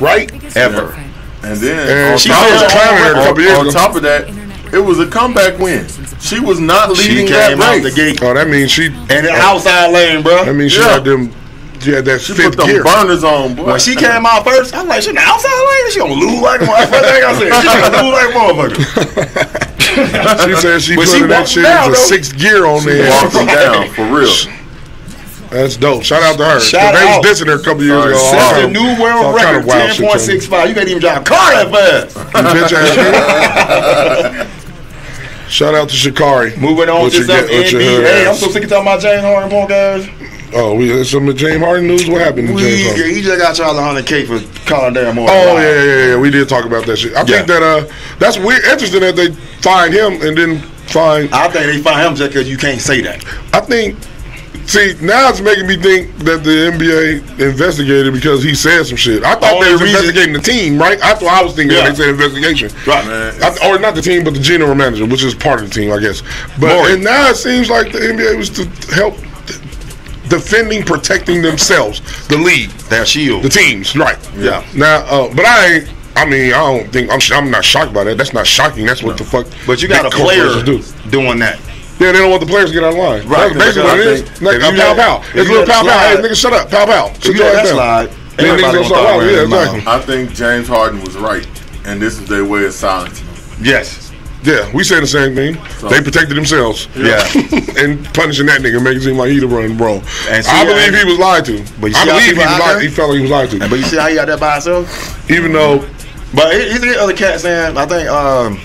[SPEAKER 2] right? Ever.
[SPEAKER 4] And then
[SPEAKER 8] And
[SPEAKER 4] on
[SPEAKER 8] she
[SPEAKER 4] top
[SPEAKER 8] said
[SPEAKER 4] of
[SPEAKER 8] she
[SPEAKER 4] that-
[SPEAKER 8] clowning her a
[SPEAKER 4] on-
[SPEAKER 8] couple years
[SPEAKER 4] on
[SPEAKER 8] ago.
[SPEAKER 4] top of that, it was a comeback win. She was not
[SPEAKER 2] She
[SPEAKER 4] leading
[SPEAKER 2] came
[SPEAKER 4] that
[SPEAKER 2] out
[SPEAKER 4] race.
[SPEAKER 2] the gate
[SPEAKER 8] Oh, that means she.
[SPEAKER 2] and the outside lane, bro.
[SPEAKER 8] That means she
[SPEAKER 4] Yeah.
[SPEAKER 8] had them. She had that
[SPEAKER 4] She
[SPEAKER 8] fifth
[SPEAKER 4] put them
[SPEAKER 8] gear.
[SPEAKER 4] burners on, boy.
[SPEAKER 2] when she came out first, I'm like, she in the outside lane. She gonna lose like a motherfucker. She gonna lose like a motherfucker.
[SPEAKER 8] She said she
[SPEAKER 2] But
[SPEAKER 8] put
[SPEAKER 2] she
[SPEAKER 8] in that
[SPEAKER 2] walked
[SPEAKER 8] shit
[SPEAKER 2] down,
[SPEAKER 8] as a
[SPEAKER 2] though.
[SPEAKER 8] sixth gear on
[SPEAKER 4] She walked them
[SPEAKER 8] there.
[SPEAKER 4] down for real.
[SPEAKER 8] That's dope. Shout out to her. 'Cause
[SPEAKER 2] Shout
[SPEAKER 8] they
[SPEAKER 2] out.
[SPEAKER 8] was dissing her a couple years
[SPEAKER 4] Sorry.
[SPEAKER 8] ago. all
[SPEAKER 2] That's the
[SPEAKER 8] kinda-
[SPEAKER 2] new
[SPEAKER 8] all
[SPEAKER 2] world
[SPEAKER 8] kinda
[SPEAKER 2] record,
[SPEAKER 8] wild shit
[SPEAKER 2] ten point six five. You can't even drive a car that fast.
[SPEAKER 8] happened. You bitch ass nigga. Shout out to Shikari.
[SPEAKER 2] Moving on
[SPEAKER 8] What
[SPEAKER 2] to
[SPEAKER 8] you get-
[SPEAKER 2] some
[SPEAKER 8] what you
[SPEAKER 2] NBA.
[SPEAKER 8] heard?
[SPEAKER 2] Hey, I'm so sick of talking about James Harden, punk guys.
[SPEAKER 8] Oh, we there's some James Harden news. What happened to James Harden?
[SPEAKER 2] He just got y'all 100 k for calling down more.
[SPEAKER 8] Oh yeah, yeah, yeah, yeah. We did talk about that shit. I think
[SPEAKER 2] Yeah.
[SPEAKER 8] that uh, that's weird. Interesting that they find him and then find.
[SPEAKER 2] I think they find him just because you can't say that.
[SPEAKER 8] I think. See, now it's making me think that the NBA investigated because he said some shit. I thought
[SPEAKER 2] Only
[SPEAKER 8] they was
[SPEAKER 2] reason-
[SPEAKER 8] investigating the team, right? That's what I was thinking
[SPEAKER 2] Oh, Yeah.
[SPEAKER 8] when they said investigation.
[SPEAKER 2] Right. Man,
[SPEAKER 8] I, or not the team, but the general manager, which is part of the team, I guess. But
[SPEAKER 2] Maury.
[SPEAKER 8] and now it seems like the NBA was to help defending, protecting themselves, the league.
[SPEAKER 2] Their shield.
[SPEAKER 8] The teams, right?
[SPEAKER 2] Yeah.
[SPEAKER 8] Now, uh, but I ain't. I mean, I don't think I'm. I'm not shocked by that. That's not shocking. That's what the fuck.
[SPEAKER 2] But you got a
[SPEAKER 8] big
[SPEAKER 2] player
[SPEAKER 8] corporations do.
[SPEAKER 2] doing that.
[SPEAKER 8] Yeah, they don't want the players to get out of line.
[SPEAKER 2] Right,
[SPEAKER 8] That's
[SPEAKER 2] because
[SPEAKER 8] basically what
[SPEAKER 2] I
[SPEAKER 8] it is.
[SPEAKER 2] think
[SPEAKER 8] Like,
[SPEAKER 2] if
[SPEAKER 8] a
[SPEAKER 2] you
[SPEAKER 8] pow
[SPEAKER 2] let-
[SPEAKER 8] pow.
[SPEAKER 2] if
[SPEAKER 8] It's
[SPEAKER 2] you
[SPEAKER 8] a little
[SPEAKER 2] let it
[SPEAKER 8] pow pow. Hey,
[SPEAKER 2] slide-
[SPEAKER 8] nigga, shut up. Pow pow. Sit
[SPEAKER 2] you
[SPEAKER 8] your
[SPEAKER 2] let
[SPEAKER 8] ass
[SPEAKER 2] that
[SPEAKER 8] down.
[SPEAKER 2] slide,
[SPEAKER 8] Then
[SPEAKER 2] everybody
[SPEAKER 8] niggas
[SPEAKER 2] gonna
[SPEAKER 8] gonna start
[SPEAKER 2] start
[SPEAKER 8] out. Yeah,
[SPEAKER 2] wearing them
[SPEAKER 8] exactly.
[SPEAKER 4] I think James Harden was right, and this is their way of silencing. him.
[SPEAKER 2] Yes.
[SPEAKER 8] Yeah, we saying the same thing. They protected themselves.
[SPEAKER 2] Yeah.
[SPEAKER 8] and punishing that nigga making it seem like he the run wrong.
[SPEAKER 2] And see
[SPEAKER 8] I
[SPEAKER 2] how-
[SPEAKER 8] believe he was lied to.
[SPEAKER 2] But you see
[SPEAKER 8] I
[SPEAKER 2] how
[SPEAKER 8] believe he
[SPEAKER 2] people
[SPEAKER 8] was
[SPEAKER 2] out
[SPEAKER 8] lied.
[SPEAKER 2] there?
[SPEAKER 8] He felt like he was lied to.
[SPEAKER 2] But you see how he out there by himself?
[SPEAKER 8] Even though
[SPEAKER 2] But here- here's the other cat saying, I think um,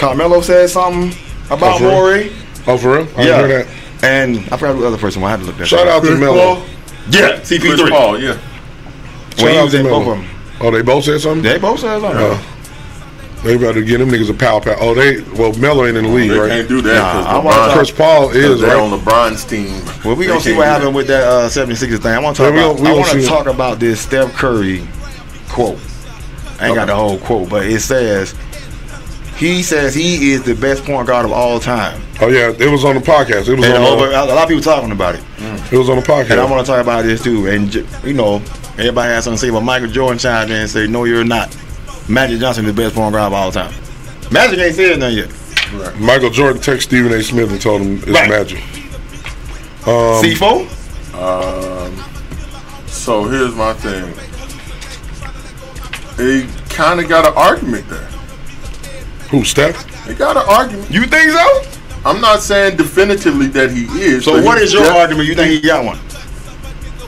[SPEAKER 2] Carmelo said something
[SPEAKER 8] Oh,
[SPEAKER 2] about
[SPEAKER 8] for real?
[SPEAKER 2] Maury.
[SPEAKER 8] Oh, for real? I
[SPEAKER 2] Yeah.
[SPEAKER 8] didn't hear that.
[SPEAKER 2] And I forgot who the other person was. I had to look that
[SPEAKER 8] Shout out to Melo.
[SPEAKER 2] Yeah, CP3.
[SPEAKER 4] Chris Paul,
[SPEAKER 2] When
[SPEAKER 4] yeah.
[SPEAKER 8] Shout
[SPEAKER 2] he
[SPEAKER 8] out
[SPEAKER 2] was
[SPEAKER 8] to
[SPEAKER 2] at both
[SPEAKER 8] Melo.
[SPEAKER 2] of them.
[SPEAKER 8] Oh, they both said something?
[SPEAKER 2] They both said something.
[SPEAKER 8] Oh. They better get them niggas a pow pow. Oh, they well Melo ain't in the league,
[SPEAKER 4] They
[SPEAKER 8] right?
[SPEAKER 4] can't do that
[SPEAKER 2] Nah, I
[SPEAKER 4] because
[SPEAKER 2] wanna talk-
[SPEAKER 8] Chris Paul is
[SPEAKER 4] they're
[SPEAKER 8] right.
[SPEAKER 4] on LeBron's team.
[SPEAKER 2] Well, we
[SPEAKER 4] They
[SPEAKER 2] gonna see
[SPEAKER 4] can't
[SPEAKER 2] what
[SPEAKER 4] do
[SPEAKER 2] happened with that uh, 76ers thing. I want to talk
[SPEAKER 8] Yeah, we
[SPEAKER 2] about.
[SPEAKER 8] gonna- we
[SPEAKER 2] I
[SPEAKER 8] gonna
[SPEAKER 2] want
[SPEAKER 8] see
[SPEAKER 2] to
[SPEAKER 8] it.
[SPEAKER 2] talk about this Steph Curry quote. I ain't got the whole quote, but it says he says he is the best point guard of all time.
[SPEAKER 8] Oh yeah, it was on the podcast. It was
[SPEAKER 2] And
[SPEAKER 8] on
[SPEAKER 2] over,
[SPEAKER 8] the,
[SPEAKER 2] a lot of people talking about it,
[SPEAKER 8] it was on the podcast.
[SPEAKER 2] and I want to talk about this too. And j- you know, everybody has something to say, but Michael Jordan chimed in and said, "No, you're not. Magic Johnson is the best point guard of all time. Magic ain't said nothing yet.
[SPEAKER 8] Michael Jordan texted Stephen A. Smith and told him it's
[SPEAKER 2] Right.
[SPEAKER 8] magic.
[SPEAKER 2] C4,
[SPEAKER 4] So here's my thing. They kind of got an argument there.
[SPEAKER 8] Who Steph?
[SPEAKER 4] They got an argument.
[SPEAKER 2] you think so?
[SPEAKER 4] I'm not saying definitively that he is.
[SPEAKER 2] So
[SPEAKER 4] but
[SPEAKER 2] what
[SPEAKER 4] he's
[SPEAKER 2] is your
[SPEAKER 4] def-
[SPEAKER 2] argument? You think he got one?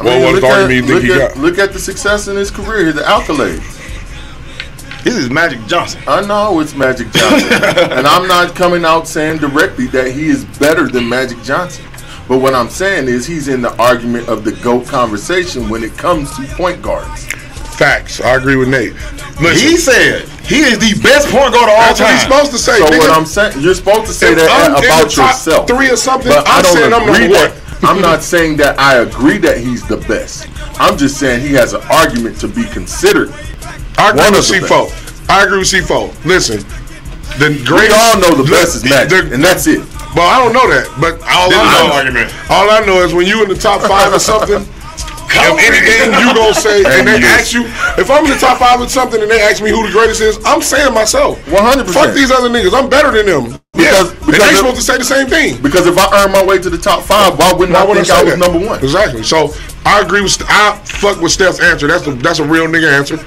[SPEAKER 4] I
[SPEAKER 8] Well, what argument
[SPEAKER 4] look at-
[SPEAKER 8] you think
[SPEAKER 4] look
[SPEAKER 8] he
[SPEAKER 4] at-
[SPEAKER 8] got?
[SPEAKER 4] Look at the success in his career, the accolades.
[SPEAKER 2] This is Magic Johnson.
[SPEAKER 4] I know it's Magic Johnson, and I'm not coming out saying directly that he is better than Magic Johnson. But what I'm saying is he's in the argument of the GOAT conversation when it comes to point guards.
[SPEAKER 8] Facts. I agree with Nate. Listen,
[SPEAKER 2] He said he is the best point guard of all
[SPEAKER 8] that's what
[SPEAKER 2] time.
[SPEAKER 8] he's supposed to say.
[SPEAKER 4] So
[SPEAKER 8] nigga.
[SPEAKER 4] what I'm saying, you're supposed to say
[SPEAKER 8] If
[SPEAKER 4] that
[SPEAKER 8] I'm in
[SPEAKER 4] about
[SPEAKER 8] the top
[SPEAKER 4] yourself.
[SPEAKER 8] three or something,
[SPEAKER 4] But
[SPEAKER 8] I'm
[SPEAKER 4] I don't
[SPEAKER 8] saying I'm
[SPEAKER 4] agree
[SPEAKER 8] number
[SPEAKER 4] that.
[SPEAKER 8] one.
[SPEAKER 4] I'm not saying that I agree that he's the best. I'm just saying he has an argument to be considered.
[SPEAKER 8] I agree
[SPEAKER 4] One
[SPEAKER 8] with
[SPEAKER 4] of the
[SPEAKER 8] C4. I agree with C4. Listen, the
[SPEAKER 4] We
[SPEAKER 8] great.
[SPEAKER 4] all know the best is
[SPEAKER 8] the-
[SPEAKER 4] Magic,
[SPEAKER 8] the-
[SPEAKER 4] and that's it.
[SPEAKER 8] But I don't know that. But all
[SPEAKER 2] This
[SPEAKER 8] I
[SPEAKER 2] is
[SPEAKER 8] know,
[SPEAKER 2] no argument.
[SPEAKER 8] all I know is when you in the top five or something. If any game you gonna say, and they
[SPEAKER 4] And yes.
[SPEAKER 8] ask you, if I'm in the top five or something, and they ask me who the greatest is, I'm saying myself.
[SPEAKER 4] 100%.
[SPEAKER 8] Fuck these other niggas. I'm better than them.
[SPEAKER 4] Because-
[SPEAKER 8] yeah. and
[SPEAKER 4] because
[SPEAKER 8] they
[SPEAKER 4] it-
[SPEAKER 8] supposed to say the same thing.
[SPEAKER 4] Because if I earn my way to the top five, why wouldn't I
[SPEAKER 8] Why would
[SPEAKER 4] think I
[SPEAKER 8] say
[SPEAKER 4] was
[SPEAKER 8] that?
[SPEAKER 4] number one?
[SPEAKER 8] Exactly. So I agree with Ste- I fuck with Steph's answer. That's the that's a real nigga answer.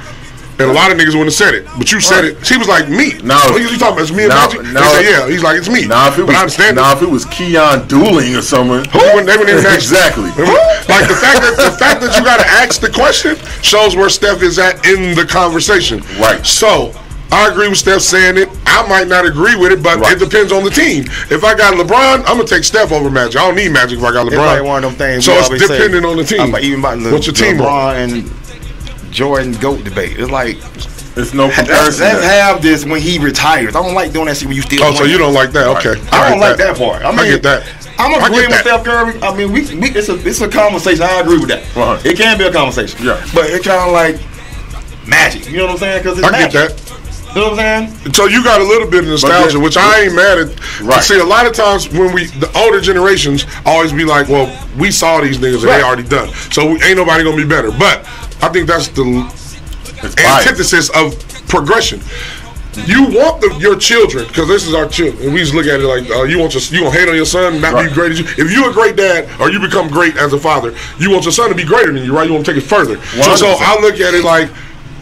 [SPEAKER 8] And a lot of niggas wouldn't have said it, but you said
[SPEAKER 4] Right.
[SPEAKER 8] it. She was like me.
[SPEAKER 4] No.
[SPEAKER 8] what you talking about? It's me and
[SPEAKER 4] Now-
[SPEAKER 8] Magic. They
[SPEAKER 4] now-
[SPEAKER 8] said, yeah. He's like it's me.
[SPEAKER 4] Now if it
[SPEAKER 8] but I
[SPEAKER 4] was
[SPEAKER 8] understand. it.
[SPEAKER 4] now if it was Keon dueling or someone,
[SPEAKER 8] They wouldn't- they wouldn't even ask-
[SPEAKER 4] exactly.
[SPEAKER 8] They wouldn't- like the fact that the fact that you got to ask the question shows where Steph is at in the conversation.
[SPEAKER 4] Right.
[SPEAKER 8] So. I agree with Steph saying it. I might not agree with it, but
[SPEAKER 4] Right.
[SPEAKER 8] it depends on the team. If I got LeBron, I'm gonna take Steph over Magic. I don't need Magic if I got LeBron.
[SPEAKER 2] It's like one of them things.
[SPEAKER 8] So
[SPEAKER 2] we
[SPEAKER 8] it's
[SPEAKER 2] always say
[SPEAKER 8] dependent on the team.
[SPEAKER 2] about- even about Le-
[SPEAKER 8] What's your team on?
[SPEAKER 2] LeBron and Jordan Goat debate. It's like
[SPEAKER 4] It's no
[SPEAKER 2] let's,
[SPEAKER 4] comparison.
[SPEAKER 2] let's
[SPEAKER 4] there.
[SPEAKER 2] have this when he retires. I don't like doing that shit when you still.
[SPEAKER 8] Oh, so
[SPEAKER 2] win.
[SPEAKER 8] you don't like that? Okay,
[SPEAKER 2] I don't like that, part. I, mean,
[SPEAKER 8] I get that.
[SPEAKER 2] I'm
[SPEAKER 8] I get
[SPEAKER 2] agreeing with
[SPEAKER 8] that.
[SPEAKER 2] Steph Curry. I mean, we, we it's a it's a conversation. I agree with that.
[SPEAKER 4] Right.
[SPEAKER 2] It can be a conversation.
[SPEAKER 4] Yeah.
[SPEAKER 2] But it's kind of like magic. You know what I'm saying? Because it's
[SPEAKER 8] I
[SPEAKER 2] magic.
[SPEAKER 8] get that.
[SPEAKER 2] You know what I'm saying?
[SPEAKER 8] So you got a little bit of nostalgia,
[SPEAKER 4] then-
[SPEAKER 8] which I ain't mad at.
[SPEAKER 4] Right.
[SPEAKER 8] See, a lot of times when we the older generations always be like, "Well, we saw these niggas and
[SPEAKER 2] Right.
[SPEAKER 8] they already done, so we, ain't nobody gonna be better." But I think that's the
[SPEAKER 4] It's biased.
[SPEAKER 8] antithesis of progression. You want the, your children because this is our children. And we just look at it like uh, you want your you gonna hate on your son, not
[SPEAKER 4] Right.
[SPEAKER 8] be great as you. If you're a great dad or you become great as a father, you want your son to be greater than you, right? You want to take it further. So, so
[SPEAKER 4] 100%.
[SPEAKER 8] I look at it like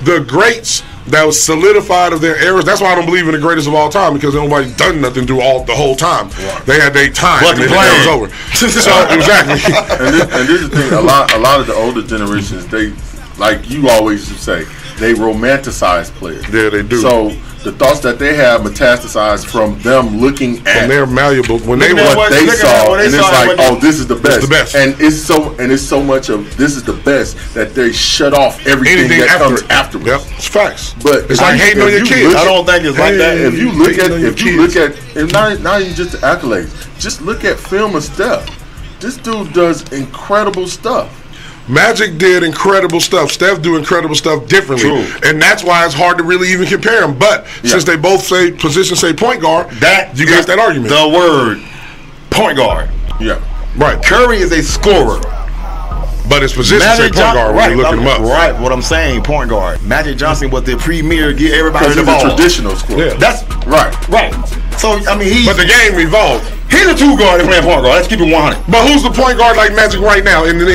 [SPEAKER 8] the greats that was solidified of their eras. That's why I don't believe in the greatest of all time because nobody done nothing through all the whole time. They had their time
[SPEAKER 2] Wasn't
[SPEAKER 8] and then it was
[SPEAKER 2] playing.
[SPEAKER 8] over. so exactly.
[SPEAKER 4] and, this, and this is the thing. A lot, a lot of the older generations, they like you always say, they romanticize players.
[SPEAKER 8] Yeah, they do.
[SPEAKER 4] So the thoughts that they have metastasized from them looking at
[SPEAKER 8] And they're malleable when they
[SPEAKER 2] Look at
[SPEAKER 8] want.
[SPEAKER 4] what they
[SPEAKER 2] Look at that,
[SPEAKER 4] saw,
[SPEAKER 2] what they
[SPEAKER 4] and it's
[SPEAKER 2] saw and what
[SPEAKER 4] like,
[SPEAKER 2] they-
[SPEAKER 4] oh, this is the best.
[SPEAKER 8] the best.
[SPEAKER 4] And it's so, and it's so much of this is the best that they shut off everything
[SPEAKER 8] anything
[SPEAKER 4] that
[SPEAKER 8] after
[SPEAKER 4] comes
[SPEAKER 8] it.
[SPEAKER 4] afterwards.
[SPEAKER 8] Yep, it's facts.
[SPEAKER 4] But
[SPEAKER 8] it's like
[SPEAKER 4] if
[SPEAKER 8] hating on
[SPEAKER 4] you
[SPEAKER 8] your kids.
[SPEAKER 4] look
[SPEAKER 2] I
[SPEAKER 4] at-
[SPEAKER 2] don't think it's like that.
[SPEAKER 4] If you look at,
[SPEAKER 8] Hating on your
[SPEAKER 4] if you
[SPEAKER 8] kids.
[SPEAKER 4] look at, and not not even just the accolades, just look at film and stuff. This dude does incredible stuff.
[SPEAKER 8] Magic did incredible stuff. Steph do incredible stuff differently,
[SPEAKER 4] True.
[SPEAKER 8] and that's why it's hard to really even compare them. But since they both say position, say point guard,
[SPEAKER 2] That
[SPEAKER 8] you got
[SPEAKER 2] is
[SPEAKER 8] that argument,
[SPEAKER 2] The word point guard.
[SPEAKER 4] Yeah.
[SPEAKER 8] right?
[SPEAKER 2] Curry is a scorer.
[SPEAKER 8] But his position say point
[SPEAKER 2] Johnson-
[SPEAKER 8] guard when you look
[SPEAKER 2] I'm-
[SPEAKER 8] him up.
[SPEAKER 2] Right, what I'm saying, point guard. Magic Johnson was the premier get everybody
[SPEAKER 4] Because
[SPEAKER 2] the
[SPEAKER 4] he's a
[SPEAKER 2] ball.
[SPEAKER 4] traditional scorer.
[SPEAKER 8] Yeah.
[SPEAKER 2] That's
[SPEAKER 4] Right.
[SPEAKER 2] right. So I mean, he's
[SPEAKER 8] But the game evolved.
[SPEAKER 2] he's a two guard and playing point guard. Let's keep it 100.
[SPEAKER 8] But who's the point guard like Magic right now in the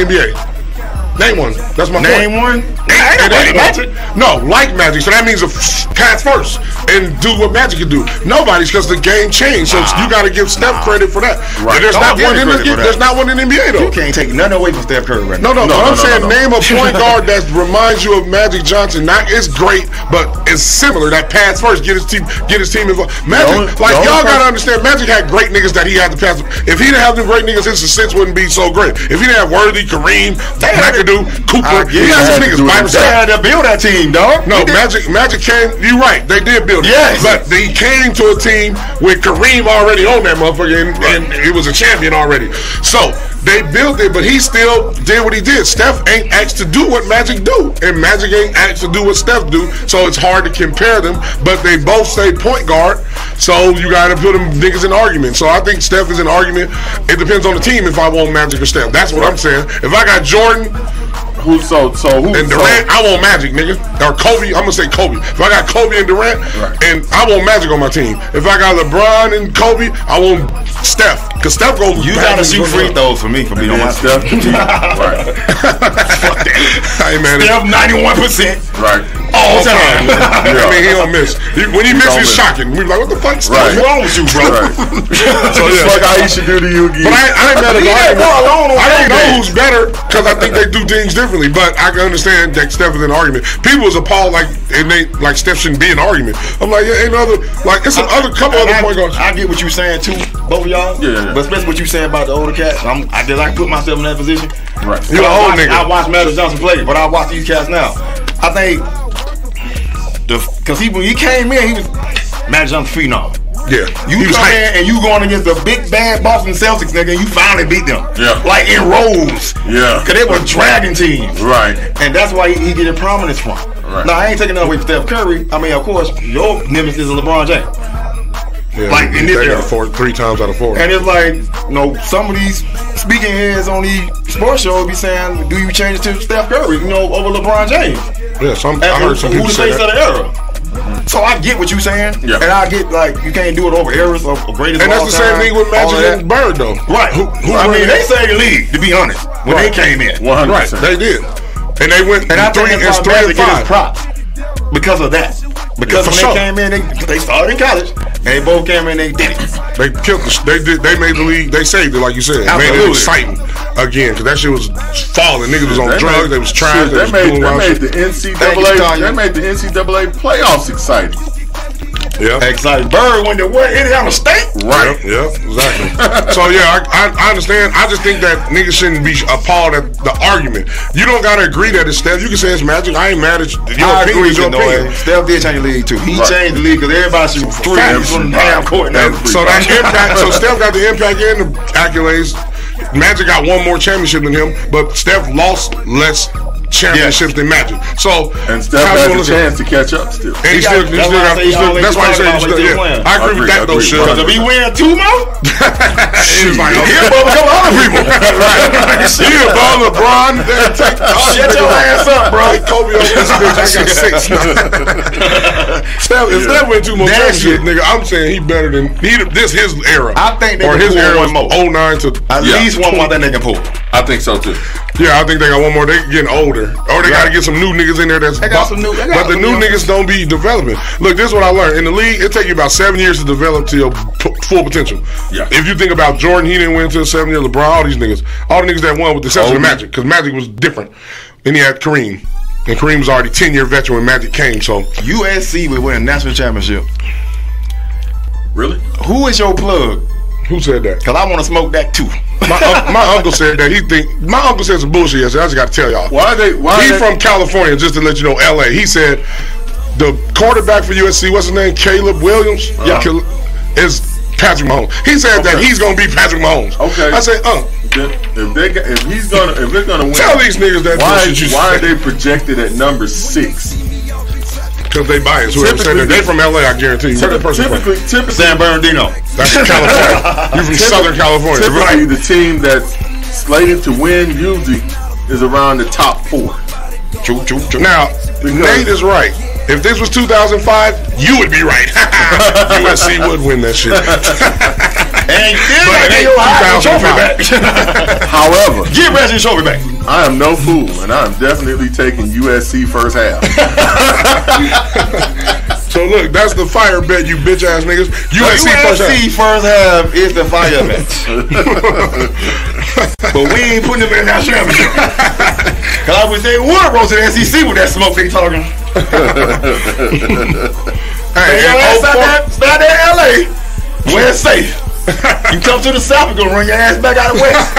[SPEAKER 8] NBA? Name one. That's my
[SPEAKER 2] Name one.
[SPEAKER 8] point. Ain't nobody
[SPEAKER 2] Ain't nobody
[SPEAKER 8] Magic. No, like Magic. So that means a f- pass first and do what Magic can do. Nobody's because the game changed. So you got to give Steph credit for that.
[SPEAKER 4] Right.
[SPEAKER 8] There's
[SPEAKER 2] Don't
[SPEAKER 8] not
[SPEAKER 2] give
[SPEAKER 8] one
[SPEAKER 2] him
[SPEAKER 8] in the
[SPEAKER 2] credit for that.
[SPEAKER 8] there's not one in the NBA
[SPEAKER 2] You
[SPEAKER 8] though.
[SPEAKER 2] can't take nothing away from Steph Curry right now.
[SPEAKER 8] No, no,
[SPEAKER 4] No,
[SPEAKER 8] but
[SPEAKER 4] no,
[SPEAKER 8] I'm
[SPEAKER 4] no,
[SPEAKER 8] saying
[SPEAKER 4] no, no.
[SPEAKER 8] name a point guard that reminds you of Magic Johnson. Not is great, but it's similar. That pass first, get his team, get his team involved. Magic,
[SPEAKER 4] only-
[SPEAKER 8] like
[SPEAKER 4] the
[SPEAKER 8] y'all
[SPEAKER 4] only
[SPEAKER 8] gotta
[SPEAKER 4] person-
[SPEAKER 8] understand, Magic had great niggas that he had to pass. If he didn't have them great niggas, his assists wouldn't be so great. If he didn't have Worthy, Kareem, McAdoo, Cooper,
[SPEAKER 2] I
[SPEAKER 8] he
[SPEAKER 2] get
[SPEAKER 8] had some
[SPEAKER 4] it. Had to
[SPEAKER 8] niggas
[SPEAKER 4] do
[SPEAKER 8] by
[SPEAKER 4] it
[SPEAKER 8] himself.
[SPEAKER 2] They had to build that team, dog.
[SPEAKER 8] No,
[SPEAKER 2] He did.
[SPEAKER 8] Magic Magic came. You're right. They did build it.
[SPEAKER 2] Yes.
[SPEAKER 8] But they came to a team with Kareem already on that motherfucker, and, and he was a champion already. So they built it, but he still did what he did. Steph ain't asked to do what Magic do, and Magic ain't asked to do what Steph do. So it's hard to compare them. But they both say point guard, so you got to put them niggas in argument. So I think Steph is an argument. It depends on the team if I want Magic or Steph. That's what I'm saying. If I got Jordan,
[SPEAKER 4] Who so so who
[SPEAKER 8] and
[SPEAKER 4] so,
[SPEAKER 8] Durant, I want Magic, nigga. Or Kobe, I'm gonna say Kobe. If I got Kobe and Durant,
[SPEAKER 4] Right.
[SPEAKER 8] and I want Magic on my team. If I got LeBron and Kobe, I want Steph. Cause Steph go.
[SPEAKER 2] You gotta shoot free throws for me for being on my
[SPEAKER 4] and
[SPEAKER 2] stuff.
[SPEAKER 4] Steph? right.
[SPEAKER 8] Hey man,
[SPEAKER 2] Steph 91 percent
[SPEAKER 4] Right.
[SPEAKER 2] all time.
[SPEAKER 8] I mean he don't miss. He, when he misses,
[SPEAKER 4] don't
[SPEAKER 8] it's
[SPEAKER 4] miss.
[SPEAKER 8] shocking. We like, what the fuck, Steph?
[SPEAKER 4] Right.
[SPEAKER 8] What's wrong with you, bro?
[SPEAKER 4] Right.
[SPEAKER 8] So,
[SPEAKER 4] Just
[SPEAKER 8] yeah.
[SPEAKER 4] like I used to do to you again.
[SPEAKER 8] But I, I ain't mad at the
[SPEAKER 2] Leave that
[SPEAKER 8] argument.
[SPEAKER 2] girl alone on
[SPEAKER 8] I
[SPEAKER 2] that
[SPEAKER 8] don't know
[SPEAKER 2] day.
[SPEAKER 8] who's better because I think they do things differently. But I can understand that Steph is an argument. People is appalled like and they like Steph shouldn't be an argument. I'm like, yeah, ain't no other like it's some other couple
[SPEAKER 2] And
[SPEAKER 8] other
[SPEAKER 2] I,
[SPEAKER 8] point guards.
[SPEAKER 2] I get what you're saying too, both of y'all.
[SPEAKER 4] Yeah, yeah, yeah.
[SPEAKER 2] But especially what you saying about the older cats. I'm, I did I put myself in that position.
[SPEAKER 4] Right.
[SPEAKER 8] You an
[SPEAKER 2] I
[SPEAKER 8] old
[SPEAKER 2] watched,
[SPEAKER 8] nigga.
[SPEAKER 2] I watched Magic Johnson play, but I watch these cats now. I think the because he when he came in, he was Magic Johnson phenom.
[SPEAKER 8] Yeah.
[SPEAKER 2] You
[SPEAKER 8] he was
[SPEAKER 2] come in
[SPEAKER 8] hyped.
[SPEAKER 2] and you going against the big bad Boston Celtics nigga, and you finally beat them.
[SPEAKER 4] Yeah.
[SPEAKER 2] Like in rows.
[SPEAKER 4] Yeah.
[SPEAKER 2] Cause they were dragging teams.
[SPEAKER 4] Right.
[SPEAKER 2] And that's why he, he getting prominence from.
[SPEAKER 4] Right.
[SPEAKER 2] Now I ain't taking that away from Steph Curry. I mean, of course, your nemesis is LeBron James.
[SPEAKER 8] Yeah,
[SPEAKER 2] like, in
[SPEAKER 8] he beat
[SPEAKER 2] this era.
[SPEAKER 8] that guy four, three times out of four.
[SPEAKER 2] And it's like, you know, some of these speaking heads on these sports shows be saying, "Do you change it to Steph Curry? You know, over LeBron James?"
[SPEAKER 8] yeah, some, I
[SPEAKER 2] And
[SPEAKER 8] heard some
[SPEAKER 2] who
[SPEAKER 8] people
[SPEAKER 2] the
[SPEAKER 8] say
[SPEAKER 2] face
[SPEAKER 8] that. Mm-hmm.
[SPEAKER 2] of the era. So I get what you're saying,
[SPEAKER 4] Yeah.
[SPEAKER 2] and I get like you can't do it over eras of of greatest.
[SPEAKER 8] And
[SPEAKER 2] of
[SPEAKER 8] that's
[SPEAKER 2] all
[SPEAKER 8] the same
[SPEAKER 2] time,
[SPEAKER 8] thing with
[SPEAKER 2] all of
[SPEAKER 8] Magic
[SPEAKER 2] that.
[SPEAKER 8] and Bird, though.
[SPEAKER 2] Right.
[SPEAKER 8] Who, who
[SPEAKER 2] I mean,
[SPEAKER 8] ran
[SPEAKER 2] they
[SPEAKER 8] that?
[SPEAKER 2] say the league, to be honest, when they
[SPEAKER 8] Right.
[SPEAKER 2] came in.
[SPEAKER 4] 100%.
[SPEAKER 8] Right, they did. And they went
[SPEAKER 2] And I
[SPEAKER 8] three,
[SPEAKER 2] think that's
[SPEAKER 8] it's
[SPEAKER 2] why
[SPEAKER 8] three and
[SPEAKER 2] Magic get his
[SPEAKER 8] five.
[SPEAKER 2] props because of that. Because when
[SPEAKER 8] Yeah, for
[SPEAKER 2] they
[SPEAKER 8] sure.
[SPEAKER 2] came in, they, they started in college, and they both came in, they did it.
[SPEAKER 8] They killed the, They did. They made the league. They saved it, like you said. Made it
[SPEAKER 2] Absolutely.
[SPEAKER 8] exciting again because that shit was falling. Niggas was on
[SPEAKER 4] They
[SPEAKER 8] drugs.
[SPEAKER 4] made-
[SPEAKER 8] they was trying. They,
[SPEAKER 4] shit,
[SPEAKER 8] was
[SPEAKER 4] They
[SPEAKER 8] doing
[SPEAKER 4] made, they
[SPEAKER 8] wild
[SPEAKER 4] made
[SPEAKER 8] shit.
[SPEAKER 4] the
[SPEAKER 2] Thank you,
[SPEAKER 4] NCAA.
[SPEAKER 2] Tanya.
[SPEAKER 4] They made the NCAA playoffs exciting.
[SPEAKER 8] yeah.
[SPEAKER 2] Excited. Bird went to what? Indiana State?
[SPEAKER 8] Right. Yep. yep, Exactly. so yeah, I, I, I understand. I just think that niggas shouldn't be appalled at the argument. You don't gotta agree that it's Steph. You can say it's Magic. I ain't mad at you. your
[SPEAKER 2] I
[SPEAKER 8] opinion.
[SPEAKER 2] agree
[SPEAKER 8] Is
[SPEAKER 2] with you,
[SPEAKER 8] your opinion.
[SPEAKER 2] Noah. Steph did change the league, too. He
[SPEAKER 4] Right.
[SPEAKER 2] changed the league because everybody shooting threes from the damn court now.
[SPEAKER 4] Everybody.
[SPEAKER 8] So that impact. So Steph got the impact and the accolades. Magic got one more championship than him, but Steph lost less championships than Magic. So
[SPEAKER 4] And Steph
[SPEAKER 8] how you gonna
[SPEAKER 4] has a
[SPEAKER 8] listen?
[SPEAKER 4] chance to catch up still.
[SPEAKER 8] And
[SPEAKER 2] He
[SPEAKER 8] he
[SPEAKER 2] got-
[SPEAKER 8] still, he
[SPEAKER 2] that's
[SPEAKER 8] still
[SPEAKER 2] why I
[SPEAKER 8] got.
[SPEAKER 2] say
[SPEAKER 8] He
[SPEAKER 2] y'all
[SPEAKER 8] still,
[SPEAKER 2] ain't
[SPEAKER 8] that's why he
[SPEAKER 2] talking
[SPEAKER 8] said he
[SPEAKER 2] about
[SPEAKER 8] still.
[SPEAKER 2] what he's
[SPEAKER 8] Yeah,
[SPEAKER 2] doing.
[SPEAKER 8] I agree with
[SPEAKER 4] Agree,
[SPEAKER 8] that though.
[SPEAKER 4] agree.
[SPEAKER 8] Shit,
[SPEAKER 4] Right.
[SPEAKER 2] Because if he win two more,
[SPEAKER 8] He was like, yeah,
[SPEAKER 2] but come on, people.
[SPEAKER 8] yeah, bro, LeBron, that- take
[SPEAKER 2] Shut your ass up, bro.
[SPEAKER 8] Like Kobe on this bitch, I got six. Steph, if
[SPEAKER 4] Yeah.
[SPEAKER 8] Steph went two more
[SPEAKER 2] That
[SPEAKER 8] championships,
[SPEAKER 2] shit.
[SPEAKER 8] nigga, I'm saying he better than he. This his era.
[SPEAKER 2] I think they
[SPEAKER 8] or
[SPEAKER 2] can
[SPEAKER 8] his
[SPEAKER 2] pull
[SPEAKER 8] era
[SPEAKER 2] one
[SPEAKER 8] was
[SPEAKER 2] more.
[SPEAKER 8] 09 to
[SPEAKER 2] At
[SPEAKER 8] yeah.
[SPEAKER 2] least one more that they can pull.
[SPEAKER 4] I think so too.
[SPEAKER 8] Yeah, I think they got one more. They getting older, or they got to get some new niggas in there. That's
[SPEAKER 2] They got some new- they got
[SPEAKER 8] but the
[SPEAKER 2] some
[SPEAKER 8] new
[SPEAKER 2] young-
[SPEAKER 8] niggas don't be developing. Look, this is what I learned in the league. It take you about seven years to develop to your p- full potential.
[SPEAKER 4] Yeah.
[SPEAKER 8] If you think about Jordan, he didn't win until seven years. LeBron, all these niggas, all the niggas that won with the exception of
[SPEAKER 4] Kobe.
[SPEAKER 8] Magic, because Magic was different. Then he had Kareem, and Kareem was already ten year veteran when Magic came. So
[SPEAKER 2] USC will win a national championship.
[SPEAKER 4] Really?
[SPEAKER 2] Who is your plug?
[SPEAKER 8] who said that?
[SPEAKER 2] Because I want to smoke that too.
[SPEAKER 8] My, un- my uncle said that he think my uncle said some bullshit. Yesterday. I just got to tell y'all.
[SPEAKER 4] Why they? Why
[SPEAKER 8] he
[SPEAKER 4] they,
[SPEAKER 8] from California, just to let you know, LA. He said the quarterback for USC, what's his name? Caleb Williams? Yeah. Cal- is Patrick Mahomes. He said that
[SPEAKER 4] Uh-huh. Okay.
[SPEAKER 8] he's gonna be Patrick Mahomes.
[SPEAKER 4] Okay.
[SPEAKER 8] I said, uh,
[SPEAKER 4] If they, got- if he's gonna, if they're gonna win,
[SPEAKER 8] Tell these niggas that
[SPEAKER 4] Why,
[SPEAKER 8] bullshit you
[SPEAKER 4] why are
[SPEAKER 8] say.
[SPEAKER 4] they projected at number six?
[SPEAKER 8] because they biased. Whoever said that they from LA, I guarantee you. Where that person from?
[SPEAKER 4] Typically, typically,
[SPEAKER 2] San Bernardino.
[SPEAKER 8] That's from California. you from Southern California. right?
[SPEAKER 4] Typically, the team that's slated to win usually is around the top four.
[SPEAKER 8] Choo, choo, choo. Now,
[SPEAKER 4] Because-
[SPEAKER 8] Nate is right. If this was 2005, you would be right. USC would win that shit.
[SPEAKER 2] And
[SPEAKER 8] But
[SPEAKER 2] then
[SPEAKER 8] it
[SPEAKER 2] get
[SPEAKER 8] ain't
[SPEAKER 2] your Heisman
[SPEAKER 8] 2005.
[SPEAKER 2] trophy back.
[SPEAKER 4] However,
[SPEAKER 2] Get Reggie trophy back.
[SPEAKER 4] I am no fool, and I am definitely taking USC first half.
[SPEAKER 8] So look, that's the fire bet, you bitch ass niggas. USC, first half.
[SPEAKER 2] USC first half is the fire match. but we ain't putting them in that championship. Cause I wish they would roll to the SEC with that smoke they talking.
[SPEAKER 8] Hey,
[SPEAKER 2] Hey,
[SPEAKER 8] and
[SPEAKER 2] y'all stop
[SPEAKER 8] 04
[SPEAKER 2] that, stop that LA. We're safe. You come to the south, we gonna run your ass back out of west.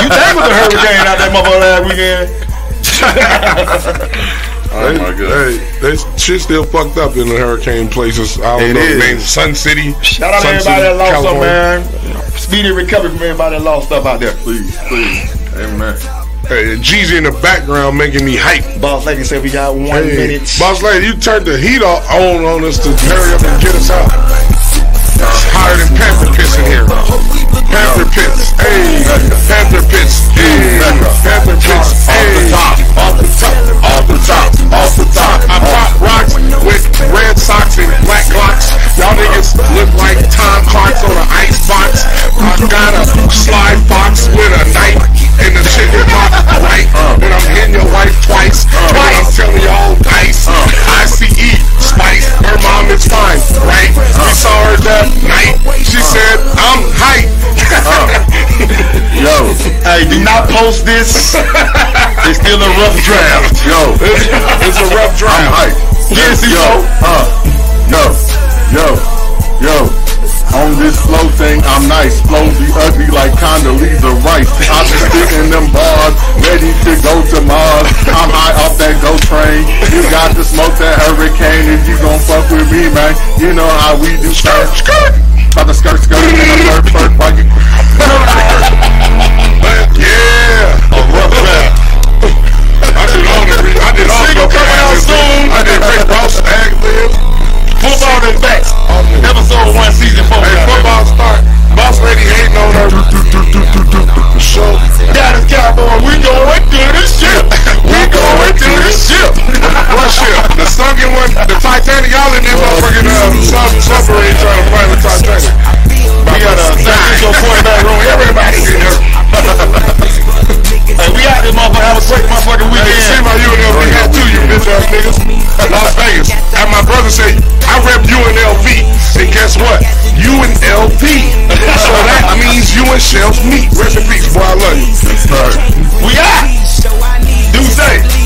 [SPEAKER 2] you tangled the hurricane out that motherfucker last weekend.
[SPEAKER 4] oh my god!
[SPEAKER 8] Hey, that shit still fucked up in the hurricane places. I don't
[SPEAKER 2] It
[SPEAKER 8] know the
[SPEAKER 2] is.
[SPEAKER 8] name. Sun City.
[SPEAKER 2] Shout out to
[SPEAKER 8] Sun
[SPEAKER 2] everybody that
[SPEAKER 8] City,
[SPEAKER 2] lost stuff,
[SPEAKER 8] California.
[SPEAKER 2] man. Speedy recovery from everybody that lost stuff out there.
[SPEAKER 4] Please, please, amen.
[SPEAKER 8] Hey, Jeezy in the background making me hype.
[SPEAKER 2] Boss Lady said we got one
[SPEAKER 8] Hey,
[SPEAKER 2] minute.
[SPEAKER 8] Boss Lady, you turned the heat on on, on us to hurry up and get us out. It's hotter than Panther Piss in here. Panther Piss. Hey, Panther Piss. Hey, Panther Piss. Hey.
[SPEAKER 4] off the top, off the top, off the top.
[SPEAKER 8] I pop rocks with red socks and black clocks. Y'all niggas look like time clocks on an ice box. I got a sly fox with a knife and the shit that pop right when I'm hitting your wife twice. Twice, tell me all dice. I see E spice. Her mom is fine, right? We saw her that night. She said I'm hype.
[SPEAKER 4] Yo,
[SPEAKER 2] Hey, do not post this. it's still a rough draft.
[SPEAKER 4] yo,
[SPEAKER 8] It's, it's a rough
[SPEAKER 4] I'm
[SPEAKER 8] drive.
[SPEAKER 4] hype.
[SPEAKER 2] Yes,
[SPEAKER 4] uh, yo,
[SPEAKER 2] yo.
[SPEAKER 4] uh, yo, yo, yo. On this flow thing, I'm nice. Flow be ugly like Condoleezza Rice. I'm just spitting them bars, ready to go to Mars. I'm high off that go train. You got to smoke that hurricane if you gon' fuck with me, man. You know how we do. Skirt, skirt. By the skirt, skirt, and the skirt, skirt, while you.
[SPEAKER 8] Yeah, a rough rap. I did all the re- I did all the coming out soon. I did Rick Ross, Ag Live,
[SPEAKER 2] Football and facts. Episode one, season four.
[SPEAKER 8] Hey, football start. Boss lady hating on her. So,
[SPEAKER 2] Dallas Cowboy, we going to the ship.
[SPEAKER 8] we going to the ship. What ship? The sunken one, the Titanic. Y'all in that motherfucking uh, sub submarine trying to find the Titanic.
[SPEAKER 2] We got a San Francisco quarterback room. Everybody in here. hey, we out this motherfucker. Have a great motherfucking
[SPEAKER 8] Hey,
[SPEAKER 2] weekend.
[SPEAKER 8] see my UNLV hat too, you bitch ass niggas. Las Vegas. And my brother said, I rep UNLV. And guess what? You and LP. So that means you and Shells meet. Rest in peace, boy. I love you.
[SPEAKER 2] We out.
[SPEAKER 8] Do say.